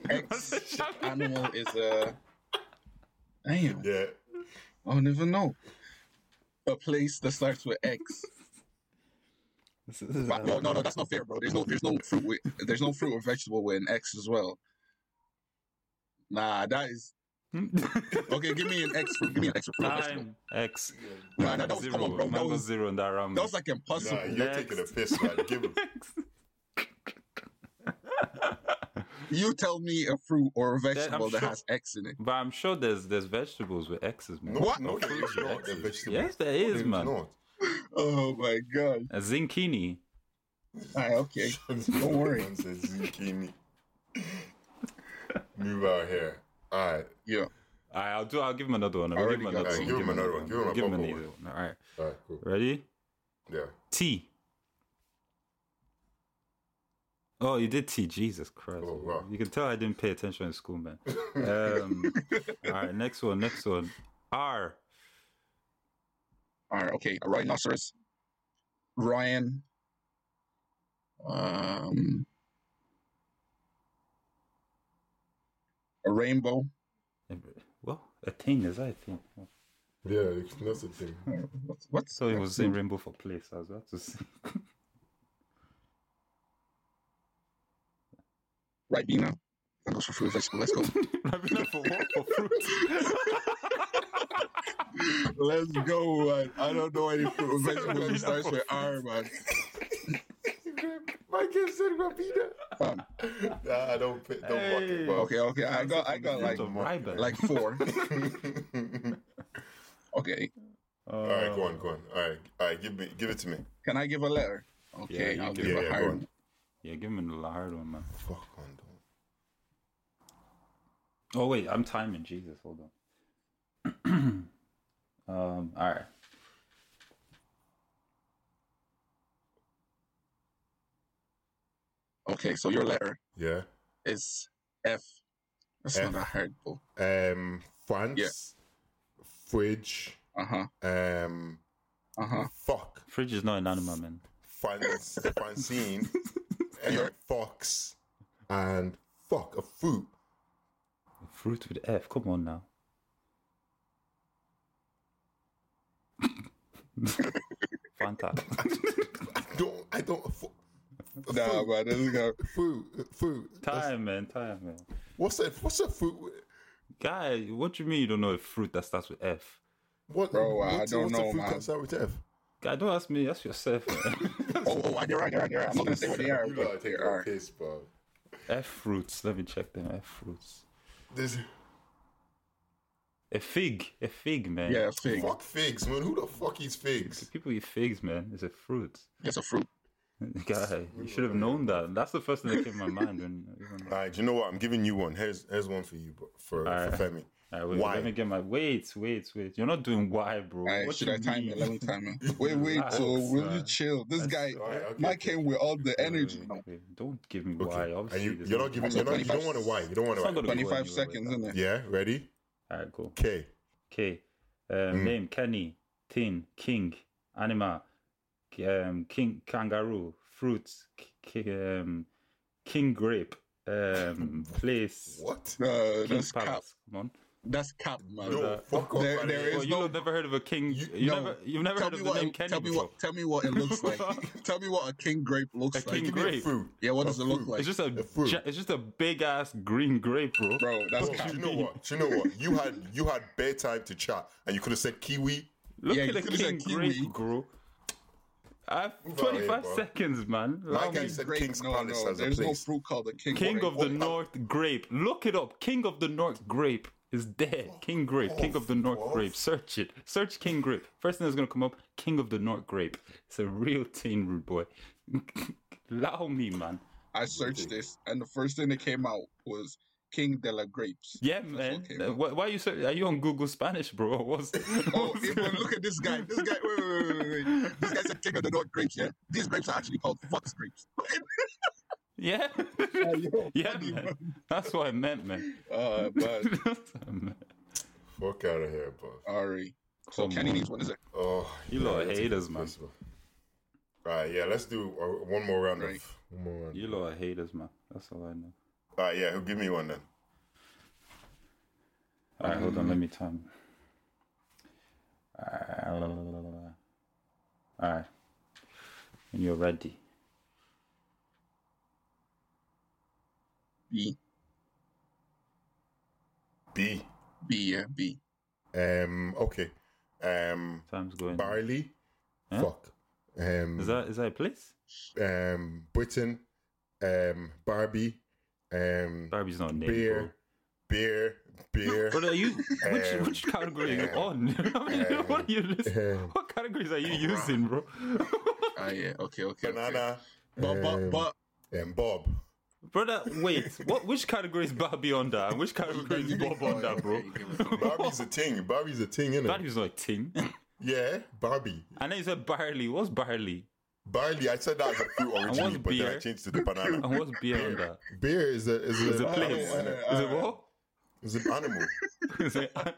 Speaker 4: X animal is a. Damn.
Speaker 3: Yeah.
Speaker 4: I don't even know. A place that starts with X.
Speaker 2: This is- this is-
Speaker 4: Wow, no, no, no, that's not fair, bro. There's no, there's no fruit. With, there's no fruit or vegetable with an X as well. Nah, that is okay. Give me an X fruit. Give me an X fruit. or vegetable.
Speaker 2: Time. X.
Speaker 4: Nah, nah, that was,
Speaker 2: zero.
Speaker 4: come on, bro. That
Speaker 2: Mango
Speaker 4: was,
Speaker 2: zero in that round.
Speaker 4: that was like
Speaker 3: Nah,
Speaker 4: impossible.
Speaker 3: you're
Speaker 2: Next.
Speaker 3: taking a piss, man. Give him.
Speaker 4: You tell me a fruit or a vegetable that
Speaker 2: sure-
Speaker 4: has X in it.
Speaker 2: But I'm sure there's there's vegetables with X's, man.
Speaker 3: No,
Speaker 4: What?
Speaker 3: No, there is not. They're vegetables.
Speaker 2: Yes, there is,
Speaker 3: There's
Speaker 2: man.
Speaker 3: not.
Speaker 4: Oh my god.
Speaker 2: A zinkini.
Speaker 4: All right, okay. Don't worry.
Speaker 3: One says zucchini. Move out here. All right.
Speaker 4: Yeah.
Speaker 2: All right, I'll do. I'll give him another one. I'll
Speaker 4: Already
Speaker 2: give him
Speaker 4: got
Speaker 2: another
Speaker 4: it.
Speaker 2: one.
Speaker 3: Give him another one. Give him a
Speaker 2: Give him
Speaker 3: proper
Speaker 2: another one. All right.
Speaker 3: All right, cool.
Speaker 2: Ready?
Speaker 3: Yeah.
Speaker 2: T. Oh, you did T. Jesus Christ.
Speaker 3: Oh, wow.
Speaker 2: You can tell I didn't pay attention in school, man. Um, all right, next one. Next one. R.
Speaker 4: All right, okay. A rhinoceros. Ryan. Um. A rainbow.
Speaker 2: Well, a thing is that a thing?
Speaker 3: Yeah, that's the thing.
Speaker 4: What's what's
Speaker 2: So he was saying rainbow for place as well. To say.
Speaker 4: Ribena. That goes for fruit and vegetable. Let's go.
Speaker 2: Rabina for what? For fruit.
Speaker 4: Let's go, man. I don't know any fruit or
Speaker 2: vegetable that starts
Speaker 4: with R, man.
Speaker 3: My kid said Rabina. Nah, I don't pay, don't fuck it, bro.
Speaker 4: Okay, okay. I got, I got like,
Speaker 2: Fruit of Riben.
Speaker 4: like four. Okay.
Speaker 3: All right, go on, go on. All right, all right. Give me, give it to me.
Speaker 4: Can I give a letter?
Speaker 2: Yeah,
Speaker 4: Okay,
Speaker 2: you
Speaker 4: I'll
Speaker 2: give
Speaker 4: give
Speaker 3: it.
Speaker 4: a
Speaker 3: Yeah, yeah,
Speaker 4: hard
Speaker 3: go
Speaker 4: one.
Speaker 2: Yeah, give him a hard one, man.
Speaker 3: Fuck on, dog.
Speaker 2: Oh wait, I'm timing. Jesus, hold on. um, all right.
Speaker 4: Okay, so your letter
Speaker 3: Yeah.
Speaker 4: is F. That's
Speaker 3: F.
Speaker 4: not a hard ball.
Speaker 3: Um, France.
Speaker 4: Yeah.
Speaker 3: Fridge.
Speaker 4: Uh huh.
Speaker 3: Um,
Speaker 4: Uh huh.
Speaker 3: fuck.
Speaker 2: Fridge is not an animal, man.
Speaker 3: France, Francine. um,
Speaker 4: You're-
Speaker 3: fox. And fuck a fruit.
Speaker 2: Fruit with F. Come on now. Fanta.
Speaker 3: Don't I don't. Fu-
Speaker 4: Nah,
Speaker 3: fruit,
Speaker 4: man, this is gonna.
Speaker 3: fruit, fruit. That's-
Speaker 2: Time, man. Time, man.
Speaker 3: What's that? What's a fruit? with-
Speaker 2: Guy, what do you mean you don't know a fruit that starts with F?
Speaker 3: What?
Speaker 4: Bro, I
Speaker 3: what's-
Speaker 4: don't
Speaker 3: what's
Speaker 4: know,
Speaker 3: a fruit
Speaker 4: man.
Speaker 3: comes out with F?
Speaker 2: Guy, don't ask me. Ask yourself. man.
Speaker 4: Oh, oh, I dare, I dare, I dare. I'm not gonna say what they are, but they are.
Speaker 3: piss, bro.
Speaker 2: F fruits. Let me check them. F fruits.
Speaker 3: This
Speaker 2: A fig. A fig, man.
Speaker 4: Yeah, fig.
Speaker 3: fuck figs, man. Who the fuck eats figs?
Speaker 2: People eat figs, man. It's a fruit.
Speaker 4: It's a fruit.
Speaker 2: Guy, you should have known that. That's the first thing that came to my mind when. when
Speaker 3: All right, you know what? I'm giving you one. Here's here's one for you, bro, for,
Speaker 2: All
Speaker 3: for
Speaker 2: right.
Speaker 3: Femi.
Speaker 2: All right, wait,
Speaker 3: Why?
Speaker 2: Let me get my wait, wait, wait. You're not doing why, bro.
Speaker 4: All right,
Speaker 2: What
Speaker 4: should
Speaker 2: you
Speaker 4: I time
Speaker 2: mean?
Speaker 4: it? Let me time it. Wait, wait,
Speaker 2: Relax,
Speaker 4: so will you
Speaker 2: man.
Speaker 4: chill? This guy,
Speaker 3: All right, okay,
Speaker 4: Mike
Speaker 3: okay.
Speaker 4: came with all the
Speaker 2: Wait, wait,
Speaker 4: energy.
Speaker 2: wait,
Speaker 4: No,
Speaker 2: wait. Don't give me
Speaker 3: Okay.
Speaker 2: why.
Speaker 3: And
Speaker 2: Obviously,
Speaker 3: you,
Speaker 2: there's
Speaker 3: you're
Speaker 2: no
Speaker 3: not giving.
Speaker 2: why.
Speaker 3: You're not, you don't want to why. You don't want
Speaker 2: It's not
Speaker 3: to
Speaker 2: gonna
Speaker 3: why.
Speaker 2: go
Speaker 4: 25
Speaker 2: anywhere,
Speaker 4: seconds,
Speaker 2: but-
Speaker 4: isn't it?
Speaker 3: Yeah. Ready?
Speaker 2: All right, cool.
Speaker 3: K.
Speaker 2: Okay. Um, Name Kenny, Tin, King, Anima, um, King Kangaroo, Fruit, k- k- um, King Grape, um, Place,
Speaker 3: What?
Speaker 4: Uh,
Speaker 2: King
Speaker 4: that's cap.
Speaker 2: Palace. Come on.
Speaker 4: That's cap, man.
Speaker 3: No, fuck off.
Speaker 4: There-
Speaker 3: man.
Speaker 4: there
Speaker 2: Well,
Speaker 4: is-
Speaker 2: you
Speaker 4: no-
Speaker 2: have never heard of a king. You,
Speaker 4: no.
Speaker 2: never, you've never
Speaker 4: Tell
Speaker 2: heard
Speaker 4: me
Speaker 2: of the
Speaker 4: what.
Speaker 2: name
Speaker 4: It,
Speaker 2: Kenny
Speaker 4: tell me what.
Speaker 2: before.
Speaker 4: Tell me what it looks like. tell me what a king grape looks
Speaker 2: A
Speaker 4: like,
Speaker 2: king
Speaker 3: Give me a
Speaker 2: grape.
Speaker 3: fruit.
Speaker 4: Yeah, what
Speaker 3: A
Speaker 4: does it look
Speaker 3: fruit.
Speaker 4: like?
Speaker 2: It's just a,
Speaker 3: A fruit.
Speaker 2: gi- it's just a big ass green grape, bro.
Speaker 4: bro. That's
Speaker 3: Bro,
Speaker 4: cap.
Speaker 3: you know what? Do you know what? You had you had bare time to chat, and you could have said kiwi.
Speaker 2: Look
Speaker 4: Yeah,
Speaker 2: at
Speaker 4: you
Speaker 2: the
Speaker 4: could've said
Speaker 2: king grape,
Speaker 4: kiwi.
Speaker 2: bro. I have
Speaker 3: Move out here,
Speaker 2: 25
Speaker 3: bro.
Speaker 2: seconds, man. Allow
Speaker 3: Like I
Speaker 2: me.
Speaker 3: said,
Speaker 4: Grape,
Speaker 3: King's
Speaker 4: no,
Speaker 3: Palace
Speaker 4: no,
Speaker 3: has a
Speaker 4: there's no
Speaker 3: place.
Speaker 4: fruit called the king.
Speaker 2: King
Speaker 4: grape.
Speaker 2: of the North grape. Look it up. King of the North grape is there. King grape. King of the North
Speaker 3: off.
Speaker 2: grape. Search it. Search king grape. First thing that's gonna come up. King of the North grape. It's a real teen rude boy. Allow me, man.
Speaker 4: I searched this, and the first thing that came out was King de la Grapes.
Speaker 2: Yeah,
Speaker 4: That's
Speaker 2: man.
Speaker 4: what came
Speaker 2: Uh,
Speaker 4: out.
Speaker 2: Why, why are you? Search- are you on Google Spanish, bro? Or What's,
Speaker 4: Oh,
Speaker 2: what's-
Speaker 4: even look at this guy. This guy, wait, wait, wait, wait, wait. This guy said King of the North Grapes. Yeah, these grapes are actually called Fox Grapes.
Speaker 2: yeah,
Speaker 4: Yo,
Speaker 2: yeah,
Speaker 4: Oh, funny,
Speaker 2: man.
Speaker 4: man.
Speaker 2: That's what I meant, man.
Speaker 4: Uh, but
Speaker 2: That's what I meant.
Speaker 3: fuck out of here, bro.
Speaker 4: Ari. So
Speaker 2: Come
Speaker 4: Kenny
Speaker 2: on.
Speaker 4: needs one, is it?
Speaker 3: Oh,
Speaker 2: You lot are
Speaker 3: let's
Speaker 2: haters,
Speaker 3: do
Speaker 2: man.
Speaker 3: this one. Right, yeah, let's do uh, one more round
Speaker 4: Right.
Speaker 3: of one more round.
Speaker 2: You lot are haters, man. That's all I know.
Speaker 3: All right, yeah, who give me one then?
Speaker 2: All right, hold on. Let me time. Uh, all right. When you're ready.
Speaker 4: B.
Speaker 3: B.
Speaker 4: B, yeah, B.
Speaker 3: Um, okay. Um,
Speaker 2: Time's going.
Speaker 3: barley.
Speaker 2: Huh?
Speaker 3: Fuck. Um,
Speaker 2: Is that is that a place?
Speaker 3: um, Britain. Um, Barbie. Um,
Speaker 2: Barbie's not a name.
Speaker 3: beer, beer, beer,
Speaker 2: Bro. What are you? Which,
Speaker 3: Um,
Speaker 2: which category are you on? I mean,
Speaker 3: um,
Speaker 2: what are you? List,
Speaker 3: um,
Speaker 2: what categories are you using, bro?
Speaker 4: Ah, yeah, okay, okay. okay.
Speaker 3: banana,
Speaker 4: But, but,
Speaker 3: um,
Speaker 4: but,
Speaker 3: and Bob.
Speaker 2: Brother, wait. What? Which category is Barbie under? And which category is Bob under, bro?
Speaker 4: Okay, give it to me.
Speaker 3: Barbie's a thing. Barbie's a thing, innit?
Speaker 2: Barbie's not a thing.
Speaker 3: Yeah, Barbie.
Speaker 2: And then you said barley. What's barley?
Speaker 3: Barley. I said that as a fruit originally,
Speaker 2: what's
Speaker 3: but then I
Speaker 2: beer?
Speaker 3: changed to the banana.
Speaker 2: And what's beer under?
Speaker 3: Beer is a is,
Speaker 2: Is it
Speaker 3: a,
Speaker 2: place?
Speaker 3: animal,
Speaker 2: Is
Speaker 3: innit?
Speaker 2: it what?
Speaker 3: It's an animal.
Speaker 2: Is it?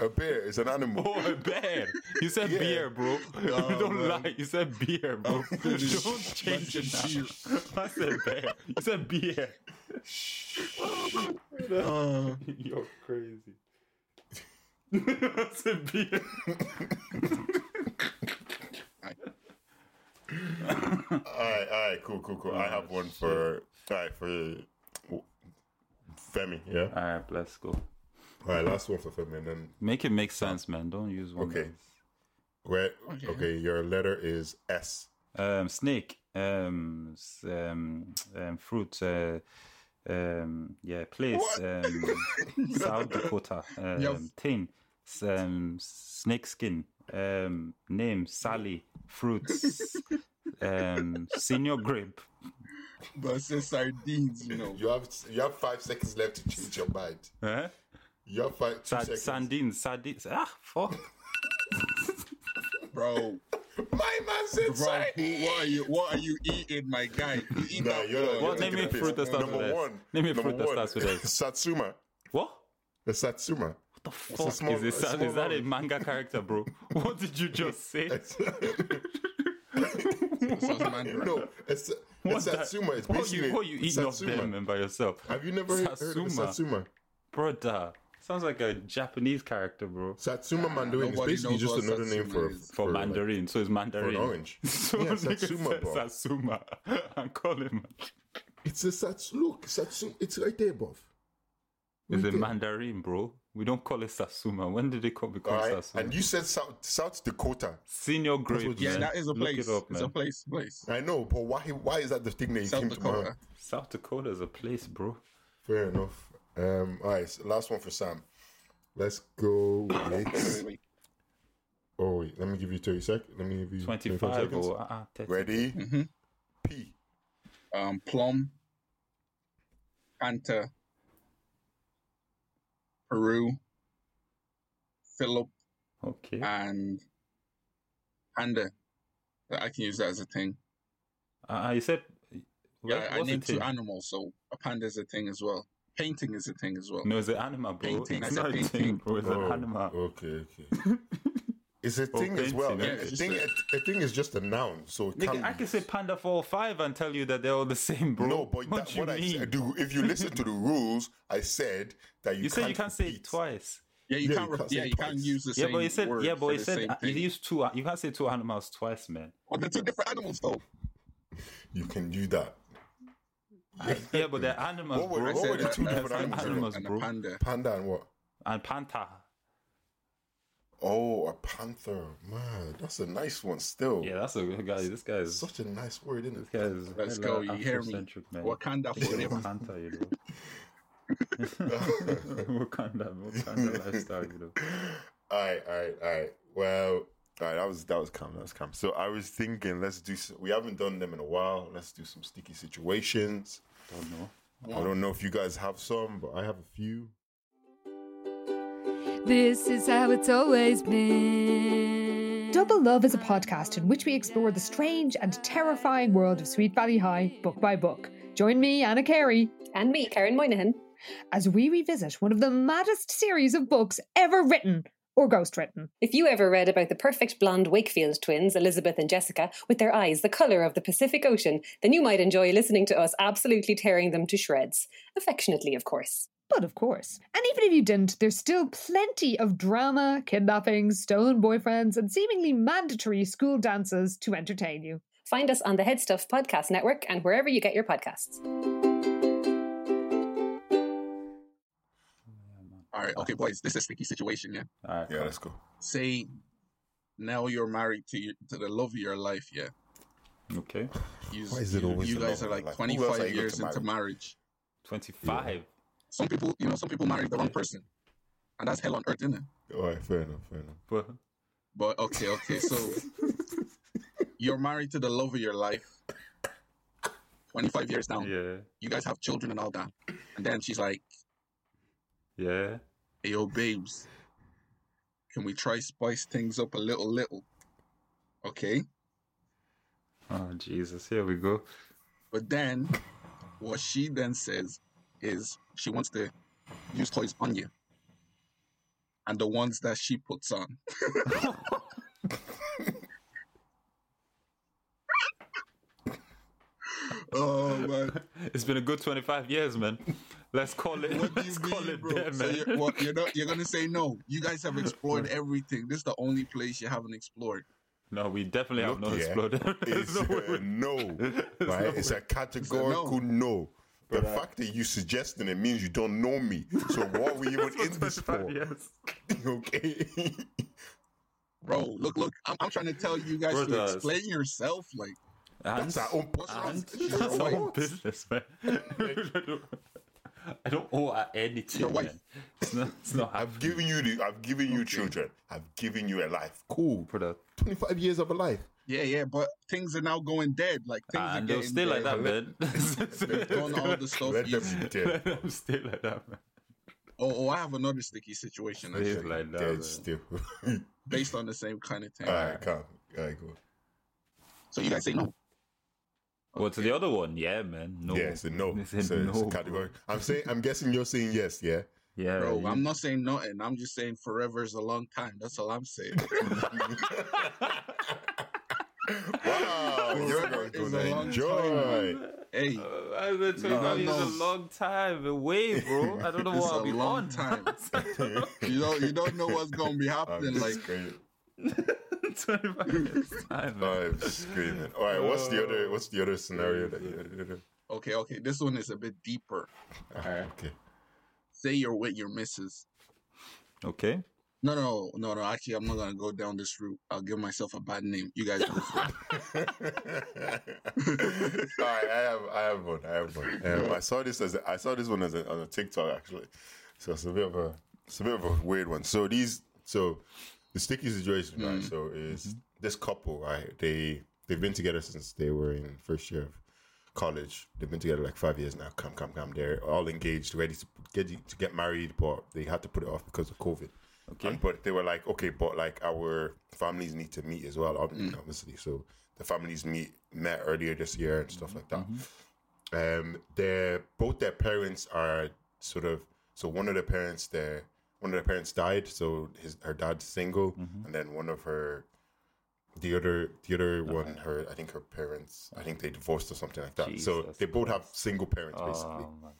Speaker 3: A bear is an animal.
Speaker 2: Oh, a bear. You said
Speaker 3: Yeah.
Speaker 2: beer, bro.
Speaker 3: Oh,
Speaker 2: Don't
Speaker 3: man.
Speaker 2: lie. You said beer, bro. Don't change it now. I said bear. You said beer. You're crazy. I said beer. Oh.
Speaker 3: All right, all right, cool, cool, cool. I have one for all right for Femi. Yeah.
Speaker 2: All right, let's go.
Speaker 3: All right, last one for Femi, and then
Speaker 2: Make it make sense, man. Don't use one.
Speaker 3: Okay.
Speaker 2: that's-
Speaker 3: where?
Speaker 4: Okay.
Speaker 3: Okay, your letter is S.
Speaker 2: Um, snake. Um, s- um, um, fruit. Uh, um, yeah, place. Um, South Dakota. Um, Thing. S- Um, snake skin. Um, name Sally. Fruits. um, senior grape.
Speaker 4: But it's just sardines, you know.
Speaker 3: You have you have five seconds left to change your mind.
Speaker 2: Huh?
Speaker 3: You have five two
Speaker 2: Sa-
Speaker 3: seconds.
Speaker 2: sardines. Sardines. Ah, fuck.
Speaker 4: Bro,
Speaker 3: My man said
Speaker 4: bro,
Speaker 3: sorry.
Speaker 4: who, what are you, what are you eating, my guy? You eat
Speaker 3: Nah,
Speaker 4: that
Speaker 3: you're not- you're
Speaker 4: one.
Speaker 2: What?
Speaker 3: not
Speaker 2: Name
Speaker 3: taking
Speaker 2: me a
Speaker 3: a piss.
Speaker 2: fruit that starts
Speaker 3: Number
Speaker 2: with S.
Speaker 3: one.
Speaker 2: Name me a
Speaker 3: Number
Speaker 2: fruit that
Speaker 3: one.
Speaker 2: starts with S.
Speaker 3: Satsuma.
Speaker 2: What?
Speaker 3: The Satsuma.
Speaker 2: The
Speaker 3: a
Speaker 2: fuck
Speaker 3: small-
Speaker 2: is this?
Speaker 3: a
Speaker 2: Sa-
Speaker 3: small
Speaker 2: Is that a
Speaker 3: rabbit.
Speaker 2: manga character, bro? What did you just say?
Speaker 4: Sounds mandarin.
Speaker 3: no, it's
Speaker 2: What
Speaker 3: it's
Speaker 2: that-
Speaker 3: Satsuma. It's
Speaker 2: what you
Speaker 3: basically
Speaker 2: what you eating off
Speaker 3: Satsuma.
Speaker 2: them and by yourself?
Speaker 3: Have you never heard, heard of
Speaker 2: Satsuma.
Speaker 3: Satsuma?
Speaker 2: Brother, sounds like a Japanese character, bro.
Speaker 3: Satsuma Mandarin is
Speaker 4: nobody
Speaker 3: basically
Speaker 4: knows
Speaker 3: just
Speaker 4: what
Speaker 3: another name for,
Speaker 4: Satsuma is.
Speaker 2: For mandarin, so it's
Speaker 3: for
Speaker 2: mandarin.
Speaker 3: an orange.
Speaker 2: So
Speaker 3: Yeah,
Speaker 2: nigga
Speaker 3: Satsuma,
Speaker 2: said
Speaker 3: bro.
Speaker 2: Satsuma. and call him.
Speaker 3: It's a Sats. Look, Satsuma. It's right there above.
Speaker 2: It's a
Speaker 3: Okay.
Speaker 2: mandarin, bro. We don't call it Satsuma. When did it call become
Speaker 3: All right.
Speaker 2: Satsuma?
Speaker 3: And you said South South Dakota.
Speaker 2: Senior grape.
Speaker 3: what you
Speaker 4: Yeah,
Speaker 2: man.
Speaker 3: said.
Speaker 4: that is a
Speaker 2: Look
Speaker 4: place.
Speaker 2: it up,
Speaker 4: it's
Speaker 2: man.
Speaker 4: a place, place.
Speaker 3: I know, but why why is that the thing that you
Speaker 4: South
Speaker 3: came to mind?
Speaker 4: Dakota.
Speaker 2: South Dakota is a place, bro.
Speaker 3: Fair enough. Um, all right, so last one for Sam. Let's go.
Speaker 4: Wait,
Speaker 3: With,
Speaker 4: wait.
Speaker 3: oh wait, let me give you thirty sec. Let me give you
Speaker 2: 25
Speaker 3: seconds.
Speaker 2: or uh, 30.
Speaker 3: Ready?
Speaker 4: Mhm.
Speaker 3: P.
Speaker 4: Um, plum, Anta, Peru, Philip,
Speaker 2: Okay. Uh,
Speaker 4: and Handa. I can use that as a thing.
Speaker 2: Uh, you said. What,
Speaker 4: Yeah, I
Speaker 2: what's the
Speaker 4: named two
Speaker 2: thing?
Speaker 4: animals, so a panda is a thing as well. Painting is a thing as well.
Speaker 2: No, it's an animal, bro.
Speaker 4: Painting,
Speaker 2: It's
Speaker 4: it's a
Speaker 2: not a thing,
Speaker 4: painting.
Speaker 2: bro. It's
Speaker 3: Oh,
Speaker 2: an animal.
Speaker 3: Okay, okay. It's a
Speaker 2: Oh,
Speaker 3: thing as well.
Speaker 2: fancy,
Speaker 3: A,
Speaker 4: yeah.
Speaker 3: a thing, a, a thing is just a noun, so it
Speaker 2: Nigga,
Speaker 3: can't
Speaker 2: I
Speaker 3: be.
Speaker 2: can say Panda 405 and tell you that they're all the same, bro.
Speaker 3: no, but
Speaker 2: what
Speaker 3: that,
Speaker 2: you
Speaker 3: what I
Speaker 2: mean?
Speaker 3: said, do, if you listen to the rules, I said that you,
Speaker 2: you, said you can't say it
Speaker 3: repeat.
Speaker 2: twice.
Speaker 4: Yeah, you
Speaker 3: Yeah,
Speaker 4: can't.
Speaker 3: you
Speaker 4: re-
Speaker 3: can't say
Speaker 4: yeah, you can't
Speaker 3: twice.
Speaker 4: use the
Speaker 2: Yeah,
Speaker 4: same.
Speaker 2: but you said
Speaker 4: word
Speaker 2: yeah,
Speaker 4: for
Speaker 2: but you
Speaker 4: the
Speaker 2: said
Speaker 4: same
Speaker 2: uh, you
Speaker 4: thing.
Speaker 2: used two. You can't say two animals twice, man.
Speaker 4: Well, they're two different animals, though.
Speaker 3: You can do that.
Speaker 2: Yeah, but they're animals,
Speaker 3: What were-
Speaker 2: bro.
Speaker 3: what were
Speaker 4: Said
Speaker 3: the two
Speaker 4: a- a-
Speaker 3: different
Speaker 4: an
Speaker 3: animals,
Speaker 4: animal
Speaker 2: animals,
Speaker 4: and a
Speaker 2: bro?
Speaker 4: panda.
Speaker 3: Panda and what?
Speaker 2: and panther.
Speaker 3: Oh, a panther. Man, that's a nice one still.
Speaker 2: Yeah, that's a good guy. This guy is.
Speaker 3: Such a nice word, isn't
Speaker 2: This
Speaker 3: it?
Speaker 2: guy is.
Speaker 4: Let's
Speaker 2: hella
Speaker 4: go. You hear me?
Speaker 2: Afrocentric, man.
Speaker 4: Wakanda
Speaker 2: He's a
Speaker 4: forever.
Speaker 2: Panther, you know. Wakanda, Wakanda lifestyle, you know.
Speaker 3: All right, all right, all right. Well, all right. That was that was calm. That was calm. So I was thinking, let's do. s we haven't done them in a while. Let's do some sticky situations.
Speaker 2: Don't know.
Speaker 3: I don't know if you guys have some, but I have a few.
Speaker 1: This is how it's always been.
Speaker 5: Double Love is a podcast in which we explore the strange and terrifying world of Sweet Valley High book by book. Join me, Anna Carey,
Speaker 6: And me, Karen Moynihan.
Speaker 5: as we revisit one of the maddest series of books ever written or ghostwritten.
Speaker 6: If you ever read about the perfect blonde Wakefield twins, Elizabeth and Jessica, with their eyes the colour of the Pacific Ocean, then you might enjoy listening to us absolutely tearing them to shreds. Affectionately, of course.
Speaker 5: But of course. And even if you didn't, there's still plenty of drama, kidnappings, stolen boyfriends, and seemingly mandatory school dances to entertain you.
Speaker 6: Find us on the Head Stuff Podcast Network and wherever you get your podcasts.
Speaker 4: All right, okay, boys, this is a sticky situation. Yeah,
Speaker 2: All right,
Speaker 3: Yeah,
Speaker 2: cool.
Speaker 3: let's go.
Speaker 4: say now you're married to your, to the love of your life. Yeah,
Speaker 2: Okay.
Speaker 4: you,
Speaker 3: Why is it
Speaker 4: you-
Speaker 3: always
Speaker 4: you
Speaker 3: the
Speaker 4: guys
Speaker 3: love
Speaker 4: are
Speaker 3: of
Speaker 4: like
Speaker 3: your life? Who else are you
Speaker 4: 25
Speaker 3: going
Speaker 4: years
Speaker 3: to
Speaker 4: into
Speaker 3: marry?
Speaker 4: marriage.
Speaker 2: 25.
Speaker 4: Some people, you know, some people marry the wrong person, and that's hell on earth, isn't it?
Speaker 3: All right, fair enough, fair enough.
Speaker 2: But
Speaker 4: But okay, okay, so you're married to the love of your life. 25 years down,
Speaker 2: yeah,
Speaker 4: you guys have children and all that. And then she's like,
Speaker 2: yeah.
Speaker 4: hey, yo, babes, can we try spice things up a little, little? Okay.
Speaker 2: Oh, Jesus. Here we go.
Speaker 4: But then what she then says is she wants to use toys on you. And the ones that she puts on. oh man.
Speaker 2: It's been a good 25 years, man. Let's call it.
Speaker 4: What do you
Speaker 2: let's
Speaker 4: mean,
Speaker 2: call it
Speaker 4: bro?
Speaker 2: there,
Speaker 4: So
Speaker 2: man.
Speaker 4: you're, what, you're not. You're gonna say no. You guys have explored everything. This is the only place you haven't explored.
Speaker 2: No, we definitely have
Speaker 3: Look
Speaker 2: not
Speaker 3: here,
Speaker 2: exploded. There's
Speaker 3: It's
Speaker 2: no
Speaker 3: a
Speaker 2: way.
Speaker 3: no, right? It's a categorical no. The fact that you suggesting it means you don't know me. So what were you even in this for?
Speaker 2: Yes.
Speaker 3: Okay.
Speaker 4: Bro, look, look. I'm, I'm trying to tell you guys to
Speaker 2: Brothers.
Speaker 4: explain yourself. Like,
Speaker 2: And,
Speaker 3: That's our own
Speaker 2: and
Speaker 3: personal.
Speaker 2: that's our
Speaker 4: wife.
Speaker 2: own business, man. I don't owe her anything.
Speaker 4: Your wife.
Speaker 2: man. It's not, it's not
Speaker 3: I've
Speaker 2: happening.
Speaker 3: given you the. I've given you children. I've given you a life. Cool.
Speaker 2: Brother.
Speaker 3: Twenty-five years of a life.
Speaker 4: yeah, yeah, but things are now going dead. Like things are
Speaker 2: And they'll
Speaker 4: getting
Speaker 2: stay Ah, like
Speaker 4: dead.
Speaker 2: that, man.
Speaker 4: Done all the stuff.
Speaker 3: Let
Speaker 4: you-
Speaker 3: them be dead.
Speaker 2: I'm still like that, man.
Speaker 4: oh, oh, I have another sticky situation
Speaker 2: Please,
Speaker 4: actually,
Speaker 2: like that, man.
Speaker 3: Dead still. All
Speaker 4: based on the same kind of thing.
Speaker 3: right, come. All right, go.
Speaker 4: So you guys say no.
Speaker 2: Well, to the other one, yeah, man. No.
Speaker 3: Yeah, it's a no.
Speaker 2: It's
Speaker 3: It's
Speaker 2: a
Speaker 3: it's
Speaker 2: no,
Speaker 3: a category. I'm saying. I'm guessing you're saying yes. Yeah.
Speaker 2: Yeah,
Speaker 4: Bro,
Speaker 2: you-
Speaker 4: I'm not saying nothing. I'm just saying forever is a long time. That's all I'm saying.
Speaker 3: Wow, you're
Speaker 4: Forever
Speaker 3: going
Speaker 4: is
Speaker 3: to
Speaker 4: a long
Speaker 3: enjoy.
Speaker 4: hey,
Speaker 2: Uh, I've been 25 years
Speaker 4: knows?
Speaker 2: a long time away, bro. I don't know
Speaker 4: it's
Speaker 2: what
Speaker 4: a
Speaker 2: I'll be
Speaker 4: long
Speaker 2: on.
Speaker 4: time. you don't you don't know what's gonna be
Speaker 3: I'm
Speaker 4: happening. Like
Speaker 3: just screaming.
Speaker 2: 25 years time, man.
Speaker 3: I'm screaming. All right, what's the other? What's the other scenario that you?
Speaker 4: okay, okay, this one is a bit deeper.
Speaker 3: Okay.
Speaker 4: Say you're with your missus.
Speaker 2: Okay.
Speaker 4: No, no, no, no. Actually, I'm not gonna go down this route. I'll give myself a bad name. You guys go for it.
Speaker 3: All right, I have, I have one, I have one. Um, I saw this as a, I saw this one as a, on a TikTok actually, so it's a bit of a, it's a bit of a weird one. So these, so the sticky situation, right? So is this couple, right? They they've been together since they were in first year of college. They've been together like five years now. Come, come, come. They're all engaged, ready to get to get married, but they had to put it off because of COVID.
Speaker 2: Okay.
Speaker 3: And, but they were like, okay, but like our families need to meet as well, ob-
Speaker 2: Mm.
Speaker 3: obviously. So the families meet met earlier this year and stuff like
Speaker 2: Mm-hmm.
Speaker 3: that. Um, their both their parents are sort of so one of the parents their one of their parents died, so his her dad's single,
Speaker 2: Mm-hmm.
Speaker 3: and then one of her the other the other one her I think her parents I think they divorced or something like that. so
Speaker 2: Jesus
Speaker 3: they both have single parents basically
Speaker 2: Oh my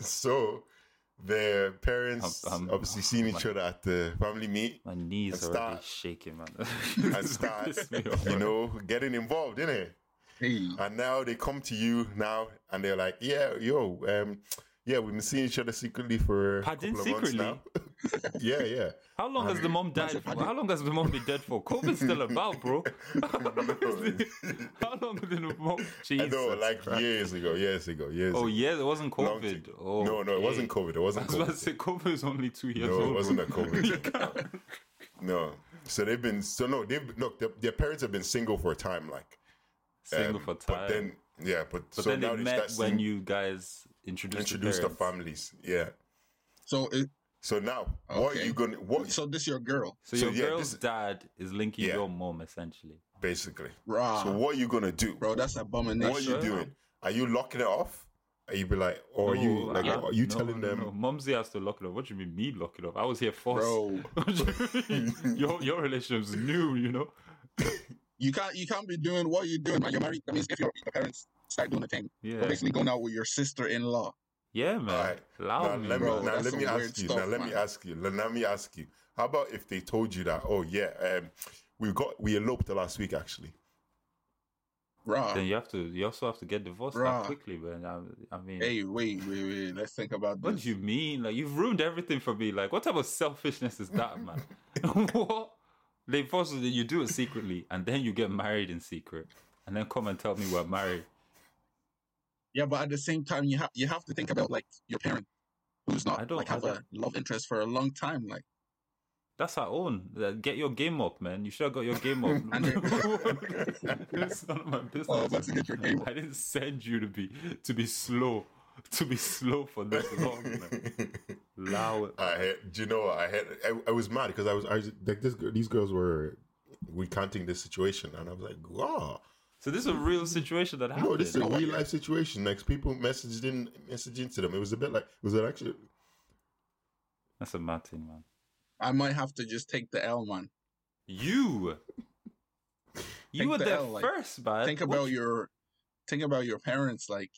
Speaker 3: so their parents
Speaker 2: Um, um,
Speaker 3: obviously seen each other at the family meet
Speaker 2: My knees
Speaker 3: And
Speaker 2: are already
Speaker 3: start-
Speaker 2: shaking, man.
Speaker 3: and
Speaker 2: This
Speaker 3: start,
Speaker 2: pissed me off.
Speaker 3: you know, getting involved in it.
Speaker 4: Hey,
Speaker 3: And now they come to you now and they're like, yeah, yo, um, yeah, we've been seeing each other secretly for a
Speaker 2: Pardon,
Speaker 3: couple of months now. yeah, yeah.
Speaker 2: How long has the mom died? For? How long has the mom been dead for? COVID's still about, bro. How long is
Speaker 3: Oh,
Speaker 2: the- how long did the mom? Jesus.
Speaker 3: no, like
Speaker 2: Christ.
Speaker 3: years ago, years ago, years ago.
Speaker 2: Oh yeah, it wasn't
Speaker 3: Long
Speaker 2: COVID.
Speaker 3: time.
Speaker 2: Oh,
Speaker 3: no, no, it wasn't COVID. It wasn't
Speaker 2: That's why I
Speaker 3: COVID.
Speaker 2: say COVID is only two years
Speaker 3: No,
Speaker 2: old.
Speaker 3: it wasn't
Speaker 2: bro.
Speaker 3: a COVID. no. So they've been, so no, they've, look, their, their parents have been single for a time, like.
Speaker 2: Single
Speaker 3: Um,
Speaker 2: for time.
Speaker 3: But then, yeah, but,
Speaker 2: But
Speaker 3: so
Speaker 2: then
Speaker 3: now
Speaker 2: they
Speaker 3: they
Speaker 2: met
Speaker 3: start seeing-
Speaker 2: when you guys introduced,
Speaker 3: introduced
Speaker 2: the
Speaker 3: the
Speaker 2: parents.
Speaker 3: families. Yeah.
Speaker 4: so it,
Speaker 3: So now, what are
Speaker 4: Okay.
Speaker 3: you gonna? What
Speaker 4: so this your girl,
Speaker 2: So,
Speaker 3: So
Speaker 2: your
Speaker 3: yeah,
Speaker 2: girl's
Speaker 3: this-
Speaker 2: dad is linking
Speaker 3: Yeah.
Speaker 2: your mom essentially.
Speaker 3: basically?
Speaker 4: Rah.
Speaker 3: So what are you gonna do?
Speaker 4: Ah. bro? That's
Speaker 3: what
Speaker 4: abomination.
Speaker 3: are you doing? Are you locking it off? And you'd be like, or
Speaker 2: No,
Speaker 3: you like,
Speaker 2: I-
Speaker 3: are you
Speaker 2: no,
Speaker 3: telling
Speaker 2: no,
Speaker 3: them?
Speaker 2: no. Mumsy has to lock it up. What do you mean, me lock it up? I was here first.
Speaker 4: Bro,
Speaker 2: What do you mean? your your relationship's new, you know.
Speaker 4: you can't you can't be doing what you're doing. Man. You're married. That means if your your parents start doing the thing,
Speaker 2: Yeah,
Speaker 4: you're basically going out with your sister-in-law.
Speaker 2: yeah, man.
Speaker 3: Alright, Now,
Speaker 2: Loud, me,
Speaker 3: let me,
Speaker 2: bro.
Speaker 4: bro.
Speaker 3: now,
Speaker 4: That's
Speaker 3: let
Speaker 4: some
Speaker 3: me
Speaker 4: weird
Speaker 3: ask you.
Speaker 4: stuff,
Speaker 3: now let me
Speaker 4: man.
Speaker 3: ask you. Let, let me ask you. How about if they told you that? Oh yeah, um, we got we eloped last week actually.
Speaker 4: Raw.
Speaker 2: Then you have to. You also have to get divorced that
Speaker 4: Bruh.
Speaker 2: quickly, man. I, I mean,
Speaker 4: Hey, wait, wait, wait. Let's think about
Speaker 2: what
Speaker 4: this.
Speaker 2: do you mean? Like you've ruined everything for me. Like what type of selfishness is that, man? what? They force you you do it secretly, and then you get married in secret, and then come and tell me we're married.
Speaker 4: Yeah, but at the same time, you have you have to think about like your parent, who's not
Speaker 2: I don't-
Speaker 4: like
Speaker 2: I
Speaker 4: have a
Speaker 2: don't-
Speaker 4: love interest for a long time. Like,
Speaker 2: That's our own. Uh, Get your game up, man. You should have got your game up.
Speaker 4: And
Speaker 2: it's none of my business.
Speaker 4: oh, about to get your game.
Speaker 2: I didn't send you to be to be slow, to be slow for this long. Man. Allow
Speaker 3: I had, do you know what? I had, I, I was mad because I was, I was like, this, girl- these girls were recounting this situation, and I was like, wow,
Speaker 2: So this is a real situation that happened.
Speaker 3: no, this is a real life situation. Like, people messaged in, messaged into them. It was a bit like, was it actually?
Speaker 2: That's a mad thing, man.
Speaker 4: I might have to just take the L, man.
Speaker 2: You, you
Speaker 4: Take
Speaker 2: were
Speaker 4: the
Speaker 2: there
Speaker 4: L, like,
Speaker 2: first, man.
Speaker 4: think
Speaker 2: What
Speaker 4: about
Speaker 2: you-
Speaker 4: your think about your parents. Like,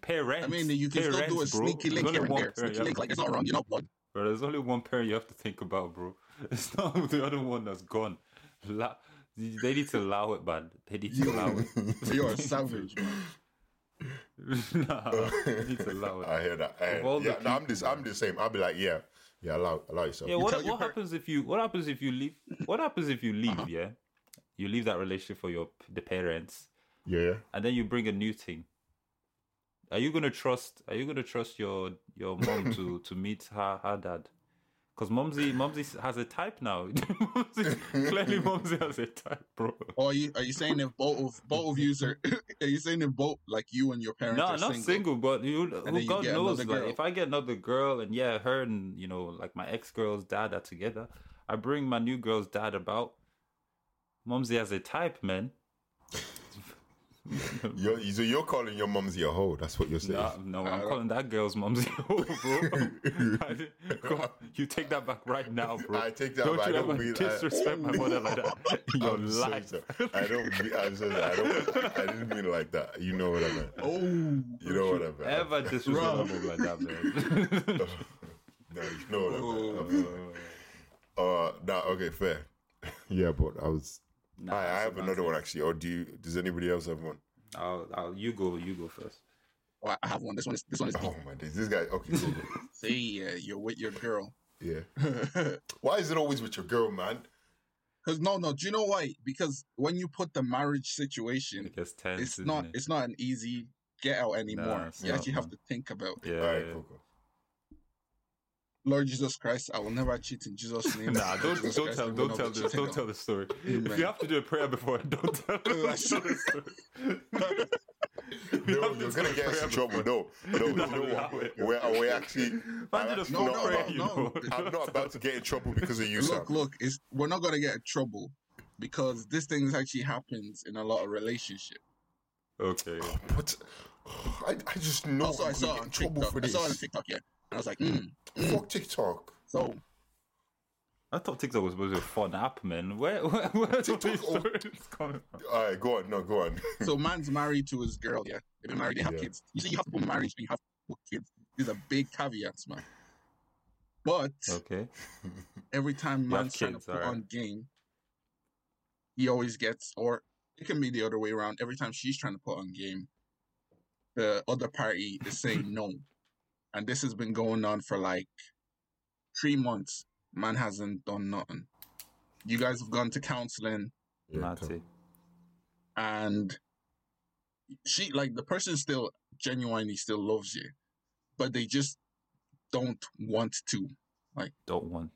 Speaker 2: pay rent.
Speaker 4: I mean, you can
Speaker 2: Pay
Speaker 4: still do a
Speaker 2: rent, bro.
Speaker 4: sneaky
Speaker 2: There's
Speaker 4: link
Speaker 2: only
Speaker 4: here and
Speaker 2: one
Speaker 4: there.
Speaker 2: parent
Speaker 4: Sneaky
Speaker 2: you have
Speaker 4: link, like
Speaker 2: to
Speaker 4: it's not wrong, you know. But
Speaker 2: Bro, there's only one parent you have to think about, bro. It's not the other one that's gone. La- they need to allow it, man. They need to allow it.
Speaker 4: you're a savage. man.
Speaker 2: nah, they need to allow
Speaker 3: I
Speaker 2: it.
Speaker 3: hear that. I hear
Speaker 2: Of all
Speaker 3: that.
Speaker 2: the
Speaker 3: Yeah, no, I'm
Speaker 2: people,
Speaker 3: this, I'm the same. I'll be like, yeah, yeah, allow, allow yourself.
Speaker 2: Yeah, what,
Speaker 4: tell your
Speaker 2: what
Speaker 4: par- Uh-huh.
Speaker 2: happens if you what happens if you leave what happens if you leave, yeah? You leave that relationship for your the parents
Speaker 3: yeah.
Speaker 2: and then you bring a new thing. Are you gonna trust are you gonna trust your your mom to to meet her her dad? Because Mumsy Mumsy has a type now. Mumsy, clearly Mumsy has a type, bro.
Speaker 4: Or are you are you saying if both of both of you are are you saying if both like you and your parents
Speaker 2: No,
Speaker 4: are
Speaker 2: not single, but you,
Speaker 4: then
Speaker 2: who
Speaker 4: you
Speaker 2: God
Speaker 4: get
Speaker 2: knows,
Speaker 4: another
Speaker 2: like
Speaker 4: girl.
Speaker 2: if I get another girl and yeah, her and you know, like my ex girl's dad are together, I bring my new girl's dad about. Mumsy has a type, man.
Speaker 3: You're, so you're calling your mum's your hoe. That's what you're saying.
Speaker 2: Nah, no,
Speaker 4: I
Speaker 2: I'm
Speaker 4: don't-
Speaker 2: calling that girl's mumsy. Oh, bro. I didn't- Go- you take that back right now, bro.
Speaker 3: I take that
Speaker 2: don't
Speaker 3: back.
Speaker 2: You
Speaker 3: I don't
Speaker 2: ever
Speaker 3: mean- I-
Speaker 2: disrespect my mother like that in your
Speaker 3: I'm so
Speaker 2: life.
Speaker 3: sorry. I don't. mean- I'm so sorry. I don't. I didn't mean it like that. You know what I meant.
Speaker 4: Oh,
Speaker 3: You know what I meant.
Speaker 2: Ever disrespect my mom like that, man.
Speaker 3: No, you know what I meant.
Speaker 2: Oh.
Speaker 3: Uh, nah. Okay, fair. yeah, but I was.
Speaker 2: Nah,
Speaker 3: I, I
Speaker 2: it's
Speaker 3: have
Speaker 2: about
Speaker 3: another
Speaker 2: it.
Speaker 3: one actually. Or do you? Does anybody else have one?
Speaker 2: I'll, I'll, you go, you go first.
Speaker 4: oh, I have one. This one is this one is deep.
Speaker 3: Oh my days! This guy. Okay. Go, go.
Speaker 4: See, uh, you're with your girl.
Speaker 3: Yeah. Why is it always with your girl, man?
Speaker 4: Because no, no. Do you know why? Because when you put the marriage situation,
Speaker 2: It gets tense.
Speaker 4: it's
Speaker 2: isn't
Speaker 4: not
Speaker 2: It?
Speaker 4: it's not an easy get out anymore.
Speaker 2: it's
Speaker 4: you
Speaker 2: not,
Speaker 4: actually have
Speaker 2: man.
Speaker 4: to think about.
Speaker 2: yeah.
Speaker 3: All right,
Speaker 2: yeah.
Speaker 3: Coco.
Speaker 4: Lord Jesus Christ, I will never cheat in Jesus' name.
Speaker 2: Nah, don't
Speaker 4: Jesus
Speaker 2: don't
Speaker 4: Christ, I
Speaker 2: tell
Speaker 4: will
Speaker 2: don't
Speaker 4: not
Speaker 2: tell
Speaker 4: be
Speaker 2: this
Speaker 4: cheating
Speaker 2: don't
Speaker 4: on.
Speaker 2: tell the story. If
Speaker 4: Amen.
Speaker 2: you have to do a prayer before, don't tell the
Speaker 4: That's-
Speaker 2: story.
Speaker 3: No,
Speaker 2: have to
Speaker 3: you're gonna
Speaker 2: take
Speaker 3: get us in
Speaker 2: forever
Speaker 3: trouble. No, no, you know
Speaker 2: allow
Speaker 3: what?
Speaker 2: it.
Speaker 3: We're, we're actually.
Speaker 2: Find
Speaker 3: I'm
Speaker 2: it a
Speaker 3: actually
Speaker 4: No,
Speaker 2: full
Speaker 4: uh, no,
Speaker 2: prayer,
Speaker 4: no,
Speaker 2: you
Speaker 4: no.
Speaker 2: know.
Speaker 3: I'm not about to get in trouble because of you, Sam.
Speaker 4: Look, look, it's, we're not gonna get in trouble because this thing actually happens in a lot of relationships.
Speaker 2: Okay.
Speaker 3: But I, I just know
Speaker 4: Also, I
Speaker 3: I'm gonna get
Speaker 4: saw it
Speaker 3: in
Speaker 4: on
Speaker 3: trouble
Speaker 4: TikTok.
Speaker 3: for
Speaker 4: I saw it on
Speaker 3: this.
Speaker 4: TikTok, yeah, and I was like, mm.
Speaker 3: Fuck TikTok.
Speaker 4: so
Speaker 2: I thought TikTok was supposed to be a fun app, man. Where where where's all these
Speaker 3: TikTok-
Speaker 2: stories coming from?
Speaker 3: All right, go on. No, go on.
Speaker 4: so man's married to his girl, yeah. They've been married, they have
Speaker 3: Mm. Yeah.
Speaker 4: kids. You see, you have to put marriage and you have to put kids. These are big caveats, man. But
Speaker 2: Okay.
Speaker 4: every time
Speaker 2: have
Speaker 4: man's trying to
Speaker 2: kids,
Speaker 4: put
Speaker 2: alright.
Speaker 4: on game, he always gets, or it can be the other way around. Every time she's trying to put on game, the other party is saying no. And this has been going on for like three months. Man hasn't done nothing. You guys have gone to counseling
Speaker 3: Yeah,
Speaker 2: Matty.
Speaker 4: and she like the person still genuinely still loves you but they just don't want to
Speaker 2: Don't want.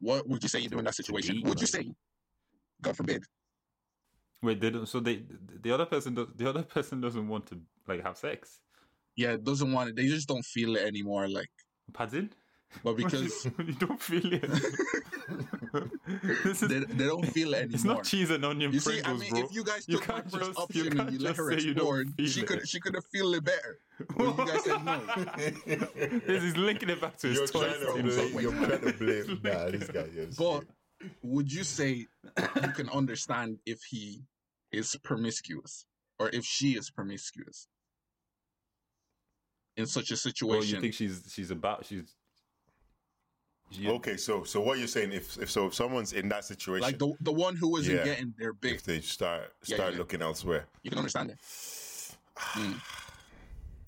Speaker 4: what would you say you do in that situation
Speaker 2: be,
Speaker 4: would you
Speaker 2: like-
Speaker 4: say god forbid
Speaker 2: Wait, they don't so they the other person does the other person doesn't want to like have sex.
Speaker 4: yeah doesn't want it they just don't feel it anymore like
Speaker 2: Pardon?
Speaker 4: but because
Speaker 2: you don't feel it. this is,
Speaker 4: they, they don't feel anymore.
Speaker 2: it's not cheese and onion
Speaker 4: You see,
Speaker 2: Pringles,
Speaker 4: I mean,
Speaker 2: bro.
Speaker 4: if you guys
Speaker 2: You
Speaker 4: took my
Speaker 2: can't
Speaker 4: first
Speaker 2: just- you
Speaker 4: option and
Speaker 2: can't
Speaker 4: you let
Speaker 2: just
Speaker 4: her
Speaker 2: say you don't
Speaker 4: explore,
Speaker 2: feel
Speaker 4: she
Speaker 2: it.
Speaker 4: could she could have feel it better. But you guys said no.
Speaker 2: this is linking it back to
Speaker 3: You're
Speaker 2: his toys.
Speaker 3: trying to
Speaker 2: you know.
Speaker 3: blame. You're trying to blame. Nah, this guy. Yes.
Speaker 4: But would you say you can understand if he is promiscuous or if she is promiscuous in such a
Speaker 2: Well, you
Speaker 4: situation?
Speaker 2: think she's she's about she's. She,
Speaker 3: okay, so so what you're saying? If if so, if someone's in that situation,
Speaker 4: like the the one who wasn't
Speaker 3: Yeah.
Speaker 4: getting their big,
Speaker 3: if they start
Speaker 4: Yeah,
Speaker 3: start
Speaker 4: yeah.
Speaker 3: looking elsewhere,
Speaker 4: you can understand it. Mm.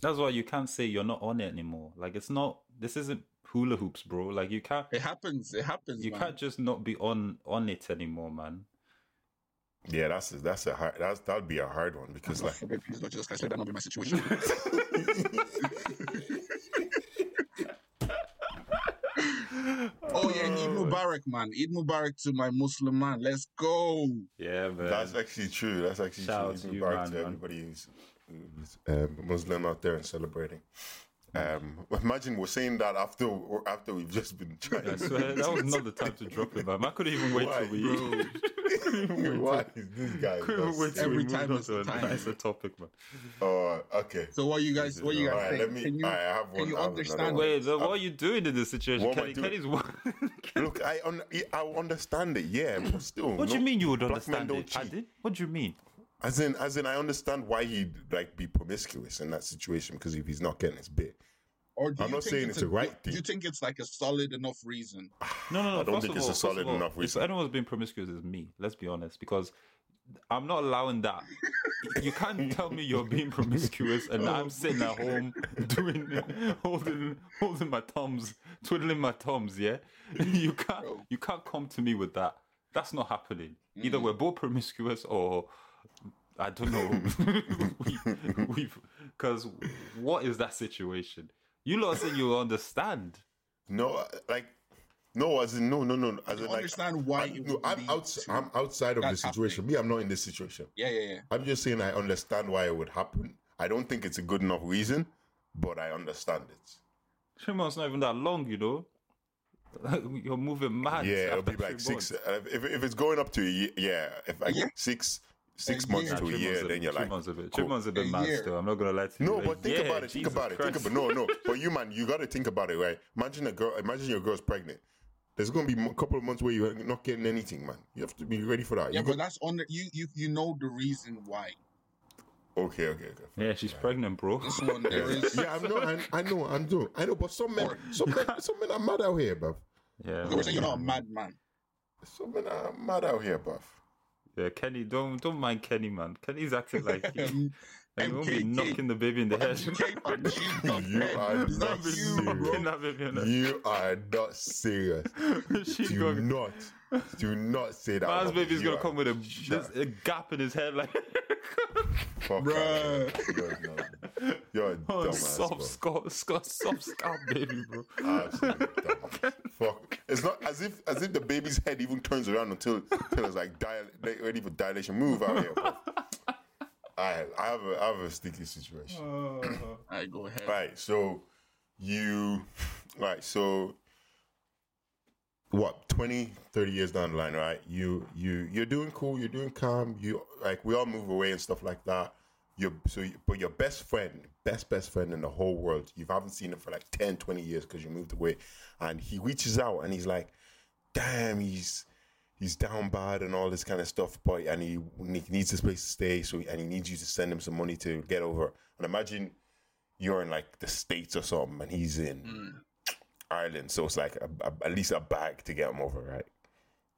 Speaker 2: That's why you can't say you're not on it anymore. Like it's not. This isn't hula hoops, bro. Like you can't.
Speaker 4: It happens. It happens.
Speaker 2: You
Speaker 4: man.
Speaker 2: can't just not be on on it anymore, man.
Speaker 3: yeah, that's a, that's a hard that's that'd be a hard one because
Speaker 4: God
Speaker 3: like
Speaker 4: forbid, please Lord Jesus Christ, let that not be my situation. oh yeah, and Eid Mubarak, man. Eid Mubarak to my Muslim man. Let's go.
Speaker 2: Yeah, man.
Speaker 3: that's actually true. That's actually
Speaker 2: Shout
Speaker 3: true.
Speaker 2: out to
Speaker 3: Even
Speaker 2: you,
Speaker 3: back
Speaker 2: man,
Speaker 3: to
Speaker 2: man.
Speaker 3: everybody who's who's, um, Muslim out there and celebrating. Um, imagine we're saying that after after we've just been trying.
Speaker 2: I swear, that was not the time to drop it, man. I couldn't even wait
Speaker 3: Why,
Speaker 2: till we.
Speaker 3: bro? Why is this guy?
Speaker 2: couldn't even wait till
Speaker 4: Every
Speaker 2: we
Speaker 4: time
Speaker 2: moved on
Speaker 4: is
Speaker 2: to
Speaker 4: the
Speaker 2: a
Speaker 4: time.
Speaker 2: nicer topic, man.
Speaker 3: Oh, okay.
Speaker 4: So what you guys? What you guys
Speaker 3: Alright,
Speaker 4: think?
Speaker 3: let me-
Speaker 4: can you,
Speaker 3: alright, I have
Speaker 4: can
Speaker 3: one-
Speaker 4: you
Speaker 3: I have another one.
Speaker 4: understand?
Speaker 2: Wait, so what are you doing in this situation?
Speaker 3: What am I
Speaker 2: Kenny,
Speaker 3: doing?
Speaker 2: Kenny's what?
Speaker 3: Look, I un- I understand it, yeah, but still.
Speaker 2: What do you
Speaker 3: no-
Speaker 2: mean you would
Speaker 3: black men
Speaker 2: understand
Speaker 3: don't
Speaker 2: it? I
Speaker 3: cheat.
Speaker 2: did. What do you mean?
Speaker 3: As in, as in, I understand why he'd like be promiscuous in that situation because if he's not getting his bit,
Speaker 4: Or do
Speaker 3: I'm
Speaker 4: you
Speaker 3: not
Speaker 4: think
Speaker 3: saying it's
Speaker 4: a
Speaker 3: a right
Speaker 4: Do you
Speaker 3: thing.
Speaker 4: think it's like a solid enough reason?
Speaker 2: No, no, no.
Speaker 3: I don't
Speaker 2: first
Speaker 3: think
Speaker 2: of
Speaker 3: it's a
Speaker 2: all- first
Speaker 3: solid
Speaker 2: of all,
Speaker 3: enough reason.
Speaker 2: If anyone's been promiscuous, it's me. Let's be honest, because I'm not allowing that. You can't tell me you're being promiscuous and I'm sitting at home doing, holding, holding my thumbs, twiddling my thumbs. Yeah, you can't, you can't come to me with that. That's not happening.
Speaker 3: Mm.
Speaker 2: Either we're both promiscuous or I don't know. we, because what is that situation? You lot saying you understand.
Speaker 3: no, uh, like, no, as in, no, no, no, as in, like,
Speaker 4: understand why
Speaker 3: I,
Speaker 4: it
Speaker 3: no,
Speaker 4: would
Speaker 3: I'm
Speaker 4: lead
Speaker 3: outside.
Speaker 4: to
Speaker 3: I'm outside of
Speaker 4: that
Speaker 3: the situation. Me, I'm not in this situation.
Speaker 4: Yeah, yeah, yeah.
Speaker 3: I'm just saying I understand why it would happen. I don't think it's a good enough reason, but I understand it.
Speaker 2: Three months not even that long, you know. You're moving mad.
Speaker 3: yeah, it'll
Speaker 2: after
Speaker 3: be like
Speaker 2: three
Speaker 3: six.
Speaker 2: months.
Speaker 3: uh, If, if it's going up to a year, yeah, if like
Speaker 4: year?
Speaker 3: six six
Speaker 4: A
Speaker 3: months
Speaker 4: year.
Speaker 3: to a
Speaker 2: Three months
Speaker 3: year,
Speaker 2: of
Speaker 3: then
Speaker 2: it,
Speaker 3: you're
Speaker 2: three
Speaker 3: like,
Speaker 2: months of it. Three
Speaker 3: cool.
Speaker 2: months of it,
Speaker 4: A
Speaker 2: man.
Speaker 4: year.
Speaker 2: Still, I'm not gonna lie to you.
Speaker 3: No,
Speaker 2: Like,
Speaker 3: but think
Speaker 2: yeah,
Speaker 3: about it. Think
Speaker 2: Jesus
Speaker 3: about it.
Speaker 2: Christ.
Speaker 3: Think about no, no. But you, man, you got to think about it, right? Imagine a girl. Imagine your girl's pregnant. There's going to be a couple of months where you're not getting anything, man. You have to be ready for that.
Speaker 4: Yeah,
Speaker 3: you go,
Speaker 4: but that's on the, you. You you know the reason why.
Speaker 3: okay, okay, okay.
Speaker 2: Yeah, she's pregnant, bro.
Speaker 4: This one there is.
Speaker 3: yeah, I'm not. I, I know. I'm doing. I know. But some men, some men, some men are mad out here, bruv.
Speaker 2: Yeah,
Speaker 4: We're saying you're not a madman.
Speaker 3: Some men are mad out here, bruv.
Speaker 2: yeah. Kenny, don't don't mind Kenny, man. Kenny's acting like he, like he won't be
Speaker 4: MKK.
Speaker 2: knocking the baby in the head.
Speaker 4: MKK, man, she's not
Speaker 3: You
Speaker 4: dead.
Speaker 3: are
Speaker 4: It's
Speaker 3: not
Speaker 4: not you, bro.
Speaker 2: Knocking that baby in the head.
Speaker 3: You are not serious.
Speaker 2: She's
Speaker 3: do
Speaker 2: going.
Speaker 3: not, do not say that.
Speaker 2: Man's
Speaker 3: Robert.
Speaker 2: baby's
Speaker 3: You
Speaker 2: gonna
Speaker 3: are-
Speaker 2: come with a, this, a gap in his head, like
Speaker 3: Fuck
Speaker 4: Bruh.
Speaker 3: out of here. You're, not- you're a
Speaker 2: oh,
Speaker 3: dumbass, bro.
Speaker 2: soft, scot, scot, soft scalp, baby, bro.
Speaker 3: Absolute dumbass. Fuck. It's not as if as if the baby's head even turns around until until it's like dial, like, ready for dilation. Move out here. bro. I I have a I have a sticky situation.
Speaker 4: I go ahead.
Speaker 3: Right. So you, right. So what 20 30 years down the line right you you you're doing cool you're doing calm you like we all move away and stuff like that you so you, but your best friend best best friend in the whole world you haven't seen him for like 10 20 years because you moved away and he reaches out and he's like damn he's he's down bad and all this kind of stuff but and he, he needs this place to stay so and he needs you to send him some money to get over and imagine you're in like the states or something and he's in
Speaker 2: Mm.
Speaker 4: Mm,
Speaker 3: ireland so it's like a, a- at least a bag to get him over right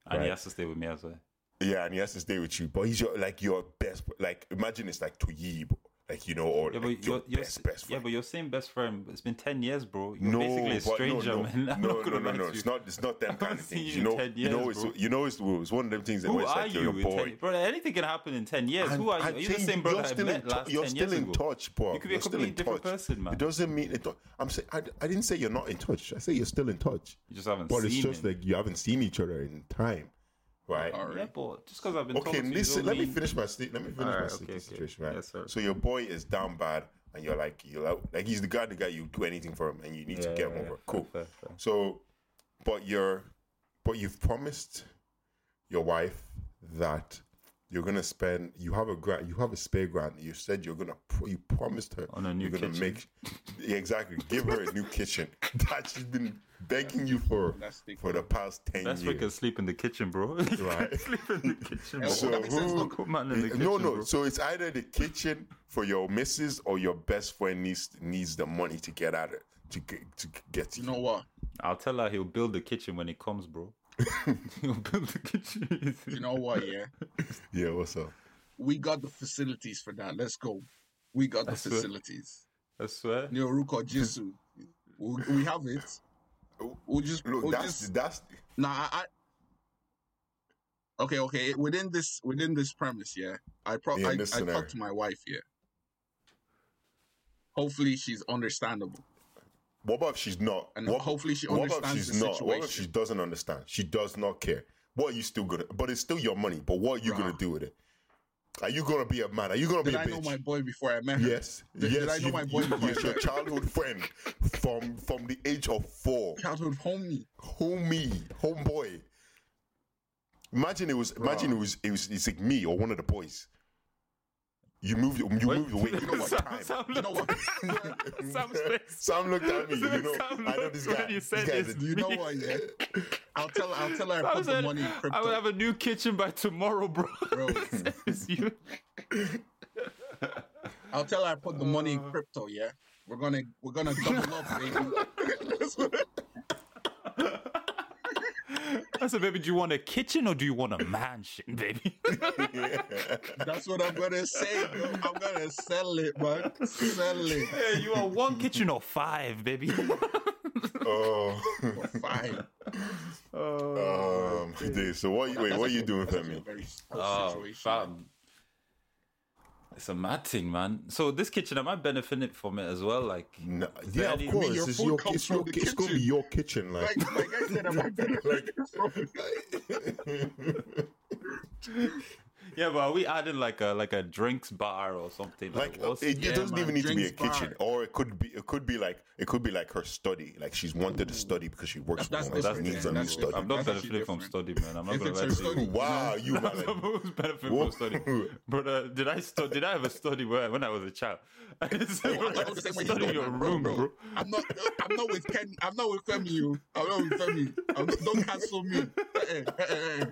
Speaker 2: And he
Speaker 3: Right.
Speaker 2: has to stay with me as well.
Speaker 3: yeah and he has to stay with you but he's your like your best like imagine it's like Tuyib, like you know or
Speaker 2: Yeah,
Speaker 3: like
Speaker 2: but
Speaker 3: your
Speaker 2: you're, you're,
Speaker 3: best best
Speaker 2: yeah,
Speaker 3: friend
Speaker 2: but you're saying best friend. but It's been ten years, bro. You're
Speaker 3: no,
Speaker 2: basically a
Speaker 3: but no,
Speaker 2: stranger,
Speaker 3: no,
Speaker 2: man. I'm
Speaker 3: no,
Speaker 2: not
Speaker 3: no,
Speaker 2: gonna
Speaker 3: no,
Speaker 2: lie
Speaker 3: no,
Speaker 2: to you.
Speaker 3: It's not. It's not them
Speaker 2: haven't
Speaker 3: kind of
Speaker 2: seen
Speaker 3: things.
Speaker 2: you
Speaker 3: You
Speaker 2: in
Speaker 3: know,
Speaker 2: 10
Speaker 3: you know,
Speaker 2: years,
Speaker 3: it's
Speaker 2: bro.
Speaker 3: you know, it's, it's one of them things that
Speaker 2: Who
Speaker 3: where it's
Speaker 2: are
Speaker 3: like
Speaker 2: you,
Speaker 3: your
Speaker 2: in
Speaker 3: boy.
Speaker 2: 10 bro? Anything can happen in ten years.
Speaker 3: And
Speaker 2: Who are you?
Speaker 3: I
Speaker 2: Are you the
Speaker 3: think
Speaker 2: same brother
Speaker 3: you're
Speaker 2: I
Speaker 3: still
Speaker 2: met
Speaker 3: in,
Speaker 2: last
Speaker 3: tou- You're
Speaker 2: 10
Speaker 3: still
Speaker 2: years
Speaker 3: in
Speaker 2: ago?
Speaker 3: touch, bro.
Speaker 2: You could be
Speaker 3: You're
Speaker 2: a
Speaker 3: still
Speaker 2: completely
Speaker 3: in
Speaker 2: different
Speaker 3: touch.
Speaker 2: person, man.
Speaker 3: It doesn't mean it. don't- I'm saying I, I didn't say you're not in touch. I say you're still in touch.
Speaker 2: You just haven't
Speaker 3: But it's
Speaker 2: seen
Speaker 3: just
Speaker 2: him.
Speaker 3: like you haven't seen each other in time, right?
Speaker 4: All
Speaker 2: Yeah,
Speaker 4: right.
Speaker 2: but just because I've been
Speaker 3: Okay,
Speaker 2: talking to you,
Speaker 3: listen.
Speaker 2: don't
Speaker 3: Let me
Speaker 2: mean-
Speaker 3: finish my state. Let me finish
Speaker 2: All
Speaker 3: my
Speaker 2: right,
Speaker 3: sta-
Speaker 2: okay, okay.
Speaker 3: situation, right?
Speaker 2: Yes, sir.
Speaker 3: so your boy is down bad, and you're like you're out. like he's the guy, the guy you do anything for him, and you need to
Speaker 2: Yeah,
Speaker 3: get
Speaker 2: yeah,
Speaker 3: him over.
Speaker 2: yeah.
Speaker 3: Cool.
Speaker 2: Fair, fair.
Speaker 3: So, but you're, but you've promised your wife that you're gonna spend. You have a grant. You have a spare grant. You said you're gonna. pr- You promised her
Speaker 2: On a new
Speaker 3: you're gonna
Speaker 2: kitchen.
Speaker 3: make. Yeah, exactly. Give her a new kitchen that she's been begging you for
Speaker 4: That's the-
Speaker 3: for the past ten
Speaker 2: That's
Speaker 3: years.
Speaker 2: freaking sleep in the kitchen, bro. Right.
Speaker 3: Right.
Speaker 2: sleep in the kitchen. Bro.
Speaker 4: Yeah,
Speaker 3: So
Speaker 4: that makes sense,
Speaker 3: who-
Speaker 4: though.
Speaker 2: Put man in the kitchen.
Speaker 3: Eh, no, no.
Speaker 2: Bro.
Speaker 3: So it's either the kitchen for your missus or your best friend needs needs the money to get out of to get to get to
Speaker 4: You know what?
Speaker 2: I'll tell her he'll build the kitchen when he comes, bro. he'll build the kitchen.
Speaker 4: You know what? Yeah,
Speaker 3: Yeah, what's up?
Speaker 4: we got the facilities for that. Let's go. We got the
Speaker 2: That's it.
Speaker 4: facilities.
Speaker 2: I swear.
Speaker 4: Neoruko Jisu. we we have it. We'll just.
Speaker 3: Oh, Look,
Speaker 4: we'll
Speaker 3: that's
Speaker 4: just
Speaker 3: that's
Speaker 4: nah, I, I. Okay, okay. Within this, within this premise, yeah. I probably
Speaker 3: Yeah,
Speaker 4: I,
Speaker 3: in this
Speaker 4: I
Speaker 3: scenario.
Speaker 4: talked to my wife, yeah. Hopefully, she's understandable,
Speaker 3: what about if she's not?
Speaker 4: and
Speaker 3: what,
Speaker 4: hopefully, she
Speaker 3: what about if
Speaker 4: understands
Speaker 3: she's
Speaker 4: the
Speaker 3: not? What if she
Speaker 4: situation.
Speaker 3: doesn't understand? She does not care. What are you still gonna? But it's still your money. But what are you gonna
Speaker 4: Bruh.
Speaker 3: do with it? Are you gonna be a man? Are you gonna
Speaker 4: Did
Speaker 3: be a
Speaker 4: I know
Speaker 3: bitch?
Speaker 4: my boy before I met her?
Speaker 3: Yes,
Speaker 4: Did-
Speaker 3: yes.
Speaker 4: did I know
Speaker 3: you-
Speaker 4: my boy
Speaker 3: you-
Speaker 4: before I
Speaker 3: yes, your
Speaker 4: met-
Speaker 3: childhood friend from from the age of four.
Speaker 4: Childhood homie.
Speaker 3: homie, homeboy. Imagine it was. Imagine it was. It was. It's like me or one of the boys. You moved. You moved away. You know what
Speaker 2: Sam-
Speaker 3: time?
Speaker 2: Sam
Speaker 4: You know
Speaker 2: looked-
Speaker 4: what?
Speaker 2: Sam's face.
Speaker 3: Sam looked at me. You know.
Speaker 2: Sam
Speaker 3: I know
Speaker 2: looked
Speaker 3: this
Speaker 2: when
Speaker 3: guy.
Speaker 2: you
Speaker 3: This
Speaker 2: said
Speaker 3: guy's
Speaker 2: this.
Speaker 3: a-
Speaker 4: You know what? Yeah. I'll tell. I'll tell her. I
Speaker 2: Sam
Speaker 4: put the
Speaker 2: said,
Speaker 4: money in crypto.
Speaker 2: I will have a new kitchen by tomorrow, bro.
Speaker 4: Bro.
Speaker 2: It's you.
Speaker 4: I'll tell her I put the money
Speaker 2: Uh.
Speaker 4: in crypto. Yeah, we're gonna we're gonna double up, baby.
Speaker 2: I said, baby, do you want a kitchen or do you want a mansion, baby?
Speaker 4: That's what I'm gonna say. Bro. I'm gonna sell it, man. Sell it.
Speaker 2: hey, you want one kitchen or five, baby?
Speaker 3: Oh,
Speaker 4: Fine.
Speaker 3: um, dude, so what? Wait, what are you doing,
Speaker 4: That's actually
Speaker 3: Femi?
Speaker 4: a very tough
Speaker 2: Oh,
Speaker 4: situation.
Speaker 2: fam. It's a mad thing, man. So this kitchen, am I benefiting from it as well? Like,
Speaker 3: No,
Speaker 2: is there
Speaker 3: yeah, of
Speaker 2: any-
Speaker 3: course.
Speaker 4: your
Speaker 3: it's
Speaker 4: food
Speaker 3: your,
Speaker 4: comes
Speaker 3: it's, your,
Speaker 4: from the
Speaker 3: it's gonna be
Speaker 4: kitchen.
Speaker 3: your kitchen, like.
Speaker 4: Like, like I said, I'm not gonna like
Speaker 2: Yeah, but are we adding like a like a drinks bar or something?
Speaker 3: Like
Speaker 2: what's-
Speaker 3: it,
Speaker 4: yeah,
Speaker 3: it doesn't
Speaker 4: man,
Speaker 3: even need to be a
Speaker 4: drinks bar.
Speaker 3: kitchen, or it could be. It could be like it could be like her study. Like she's wanted to study because she works
Speaker 4: That's-
Speaker 3: from home.
Speaker 4: that's
Speaker 3: She
Speaker 2: different,
Speaker 3: needs
Speaker 2: yeah,
Speaker 3: a new
Speaker 4: that's
Speaker 3: study.
Speaker 2: I'm not
Speaker 4: That's actually
Speaker 2: benefiting from study, man. I'm not
Speaker 4: If
Speaker 2: gonna
Speaker 4: it's her
Speaker 2: lie to you.
Speaker 4: study,
Speaker 3: Wow, you man.
Speaker 2: Who's benefit
Speaker 3: Whoa.
Speaker 2: from study? But uh, did I stu- did I have a study where, when I was a child? I didn't say
Speaker 4: I
Speaker 2: when I
Speaker 4: don't
Speaker 2: was
Speaker 4: say
Speaker 2: a
Speaker 4: when you
Speaker 2: study
Speaker 4: go
Speaker 2: in your
Speaker 4: back,
Speaker 2: room, bro.
Speaker 4: I'm not. I'm not with Ken. I'm not with Femi. You. I'm not with Femi. I'm not, don't cancel me. Eh, eh, eh, eh.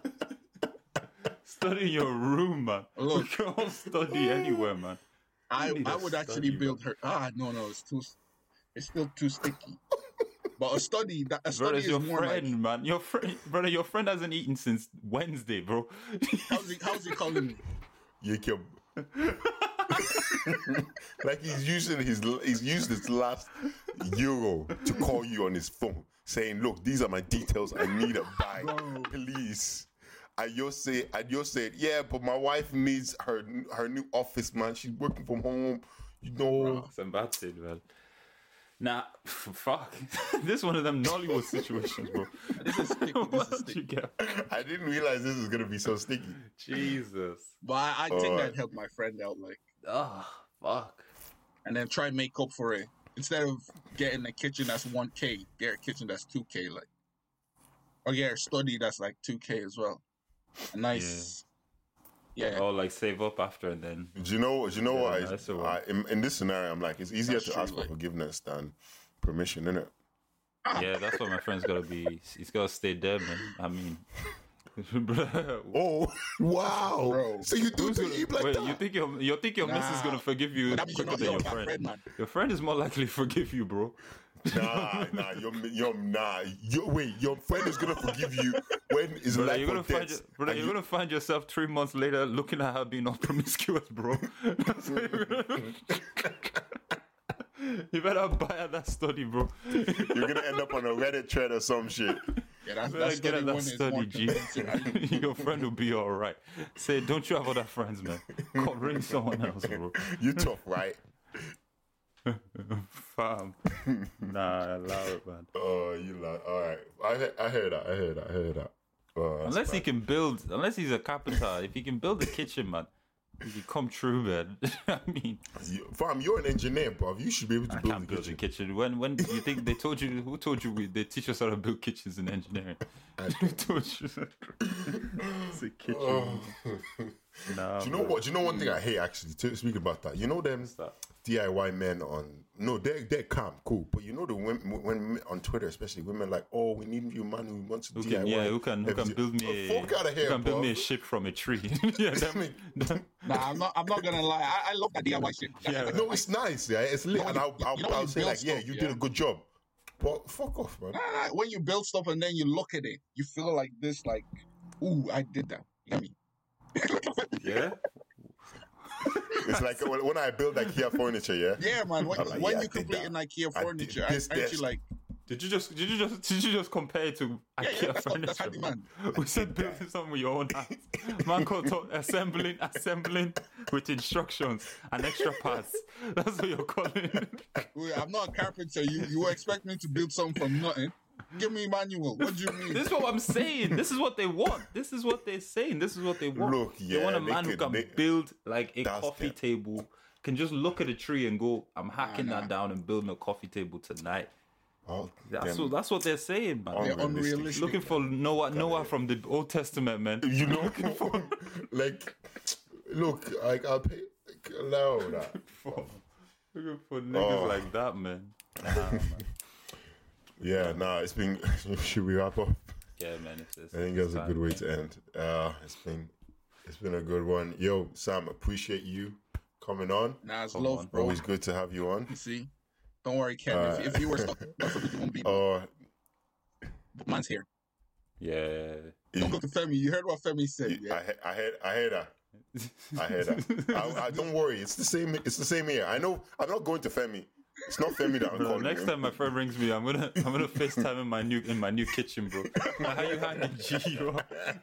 Speaker 2: Study in your room, man.
Speaker 4: Look.
Speaker 2: you can't study anywhere, man.
Speaker 4: I,
Speaker 2: need
Speaker 4: I
Speaker 2: a
Speaker 4: would
Speaker 2: study,
Speaker 4: actually
Speaker 2: bro.
Speaker 4: build her. Ah, no, no, it's too. It's still too sticky. But a study that
Speaker 2: Brother,
Speaker 4: a study
Speaker 2: it's
Speaker 4: is
Speaker 2: your
Speaker 4: more
Speaker 2: friend,
Speaker 4: like
Speaker 2: man. Your friend, brother, your friend hasn't eaten since Wednesday, bro.
Speaker 4: how's he how's he calling me?
Speaker 3: You can. like he's using his he's used his last euro to call you on his phone, saying, "Look, these are my details. I need a bike,
Speaker 4: Bro.
Speaker 3: please." And you say, and you said, "Yeah, but my wife needs her her new office, man. She's working from home, you
Speaker 4: Oh.
Speaker 3: know."
Speaker 2: Some bad shit, man. Nah, fuck. this one of them Nollywood situations, bro.
Speaker 4: This is sticky. This is
Speaker 2: what you
Speaker 4: sticky.
Speaker 2: get?
Speaker 3: I didn't realize this was gonna be so sticky.
Speaker 2: Jesus.
Speaker 4: But I, I think
Speaker 3: Alright.
Speaker 4: I'd help my friend out, like,
Speaker 2: Oh, fuck.
Speaker 4: and then try and make up for it. Instead of getting a kitchen that's one k, get a kitchen that's two k, like, or get a study that's like two k as well. A nice, yeah.
Speaker 2: Oh, like save up after and then.
Speaker 3: Do you know? Do you know
Speaker 2: Yeah,
Speaker 3: what?
Speaker 2: that's
Speaker 3: I,
Speaker 2: the one.
Speaker 3: I- in, in this scenario, I'm like, it's easier
Speaker 4: That's
Speaker 3: to
Speaker 4: true,
Speaker 3: ask for
Speaker 4: like-
Speaker 3: forgiveness than permission, isn't it?
Speaker 2: Yeah, that's what my friend's gotta be. He's gotta stay there, man. I mean, Bruh,
Speaker 3: Oh, wow!
Speaker 4: Bro.
Speaker 3: So you do
Speaker 2: who's
Speaker 3: to
Speaker 2: gonna-
Speaker 3: Eve like
Speaker 2: wait,
Speaker 3: that?
Speaker 2: you think your you think your missus is
Speaker 4: Nah.
Speaker 2: gonna forgive you
Speaker 4: That means you're
Speaker 2: quicker
Speaker 4: not
Speaker 2: than your
Speaker 4: my
Speaker 2: friend?
Speaker 4: friend, man.
Speaker 2: Your friend is more likely to forgive you, bro.
Speaker 3: nah, nah, you're, you're nah. you wait, your friend is gonna forgive you when is
Speaker 2: Brother,
Speaker 3: life
Speaker 2: you're gonna
Speaker 3: or
Speaker 2: find
Speaker 3: death.
Speaker 2: brother,
Speaker 3: and
Speaker 2: you're gonna find yourself three months later looking at her being all promiscuous, bro. That's what you're gonna- you better buy her that study, bro.
Speaker 3: you, are gonna end up on a Reddit thread or some shit.
Speaker 4: Yeah, that's,
Speaker 2: Better
Speaker 4: that's
Speaker 2: get at
Speaker 4: study
Speaker 2: that
Speaker 4: one is more
Speaker 2: study, G.
Speaker 4: convincing.
Speaker 2: Your friend will be all right. Say, don't you have other friends, man? Call ring someone else, bro.
Speaker 3: You tough, right?
Speaker 2: Fam. Nah, allow it, man.
Speaker 3: Oh, you like all right. I he- I heard that. I heard that. I heard that. Oh, that's
Speaker 2: Unless he
Speaker 3: bad.
Speaker 2: can build, unless he's a carpenter, if he can build a kitchen, man, You come true, man. I mean,
Speaker 3: You, fam, you're an engineer, bruv. You should be able to
Speaker 2: I
Speaker 3: build
Speaker 2: can't
Speaker 3: a
Speaker 2: build a
Speaker 3: kitchen.
Speaker 2: kitchen. When when do you think they told you? Who told you we, they teach us how to build kitchens in engineering? who told you? it's a kitchen.
Speaker 3: Oh.
Speaker 2: Nah,
Speaker 3: Do you know
Speaker 2: man.
Speaker 3: what? Do you know one thing I hate actually? To, speaking about that, you know them
Speaker 2: that?
Speaker 3: DIY men on no, they're they're calm, cool, but you know the women when on Twitter, especially women like, oh, we need you man who wants to
Speaker 2: Who
Speaker 3: DIY.
Speaker 2: can, yeah, who can who can
Speaker 3: everything."
Speaker 2: build
Speaker 3: Oh,
Speaker 2: me?
Speaker 3: Fuck out of here,
Speaker 2: who can build
Speaker 3: bruv.
Speaker 2: me a ship from a tree? yeah, them, them,
Speaker 4: Nah, I'm not. I'm not gonna lie. I, I love that DIY shit.
Speaker 2: yeah.
Speaker 3: No, it's nice, yeah, it's lit,
Speaker 4: No,
Speaker 3: and
Speaker 4: you-
Speaker 3: I'll I'll,
Speaker 4: you know when
Speaker 3: I'll
Speaker 4: you
Speaker 3: say
Speaker 4: build
Speaker 3: like, yeah,
Speaker 4: stuff,
Speaker 3: you
Speaker 4: yeah.
Speaker 3: did a good job, but fuck off, man.
Speaker 4: Nah, when you build stuff and then you look at it, you feel like this, like, ooh, I did that. You know what I mean?
Speaker 2: yeah.
Speaker 3: It's like when, when I build IKEA furniture, yeah,
Speaker 4: yeah, man. When,
Speaker 3: I'm like,
Speaker 4: when
Speaker 3: yeah, I
Speaker 4: you
Speaker 3: did
Speaker 4: complete
Speaker 3: that.
Speaker 4: an IKEA
Speaker 3: I did
Speaker 4: furniture,
Speaker 3: this,
Speaker 4: aren't
Speaker 3: this.
Speaker 4: you like,
Speaker 2: Did you just did you just did you just compare it to
Speaker 4: yeah,
Speaker 2: IKEA
Speaker 4: that's what-
Speaker 2: furniture?
Speaker 4: that's handyman.
Speaker 2: man? We said building something with your own hands. Man called to- assembling, assembling with instructions and extra parts. That's what you're calling. it.
Speaker 4: "Ooh, I'm not a carpenter. You you expect me to build something from nothing? Give me manual. What do you mean?
Speaker 2: This is what I'm saying. This is what they want. This is what they're saying. This is what they want.
Speaker 3: Look,
Speaker 2: they want
Speaker 3: yeah, they
Speaker 2: a man who
Speaker 3: could-
Speaker 2: can
Speaker 3: they-
Speaker 2: build like a
Speaker 3: That's
Speaker 2: coffee
Speaker 3: them.
Speaker 2: table. Can just look at a tree and go, I'm hacking that down and building a coffee table tonight.
Speaker 3: oh,
Speaker 2: That's
Speaker 3: damn.
Speaker 2: what that's what they're saying, man.
Speaker 3: They're
Speaker 4: unrealistic.
Speaker 2: Looking for Noah, Noah from the Old Testament, man.
Speaker 3: you know, like, look, like I'll pay, like, allow that.
Speaker 2: for, looking for niggas
Speaker 3: Oh.
Speaker 2: like that, man.
Speaker 3: Yeah, nah, it's been. should we wrap up?
Speaker 2: Yeah, man. It's, it's,
Speaker 3: I think that's a good way to end. Uh, it's been, it's been a good one. Yo, Sam, appreciate you coming on.
Speaker 4: Nah, it's
Speaker 2: Come
Speaker 4: love,
Speaker 2: on.
Speaker 4: bro.
Speaker 3: Always good to have you on.
Speaker 4: See, don't worry, Ken. if, if you were stuck, you won't be.
Speaker 3: Uh,
Speaker 4: man's here.
Speaker 2: Yeah.
Speaker 4: Don't go to Femi. You heard what Femi said.
Speaker 3: I,
Speaker 4: Yeah.
Speaker 3: he- I heard, I heard that. I heard that. I, I, don't worry, it's the same. It's the same here. I know. I'm not going to Femi. It's not Femi that I'm
Speaker 2: Bro,
Speaker 3: calling.
Speaker 2: next
Speaker 3: him.
Speaker 2: time my friend rings me, I'm gonna I'm gonna FaceTime in my new in my new kitchen, bro. How you hanging, G? You're,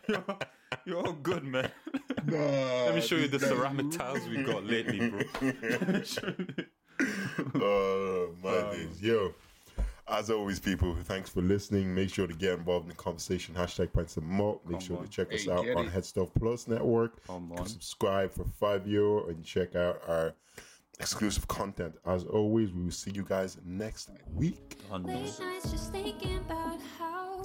Speaker 2: you're, you're all good, man. Let me show you the ceramic tiles we got lately, bro.
Speaker 3: Oh my days. Yo. As always, people, thanks for listening. Make sure to get involved in the conversation. Hashtag Pints of Malt. Make sure to check us
Speaker 4: Hey,
Speaker 3: out
Speaker 4: get
Speaker 3: on
Speaker 4: it.
Speaker 3: Head Stuff Plus Network.
Speaker 2: Come
Speaker 3: You
Speaker 2: on.
Speaker 3: can subscribe for five euro and check out our exclusive content. As always, we will see you guys next week.
Speaker 2: Oh, no.
Speaker 7: Late nights just thinking about how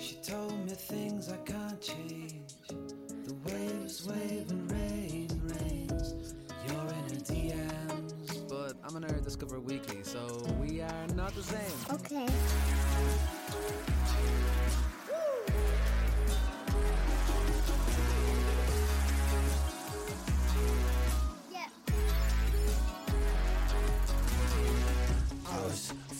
Speaker 8: She told me things I can't change. The waves wave and rain rains. You're in her DMs. But I'm on her Discover Weekly, so we are not the same.
Speaker 7: Okay. Yeah.
Speaker 8: I was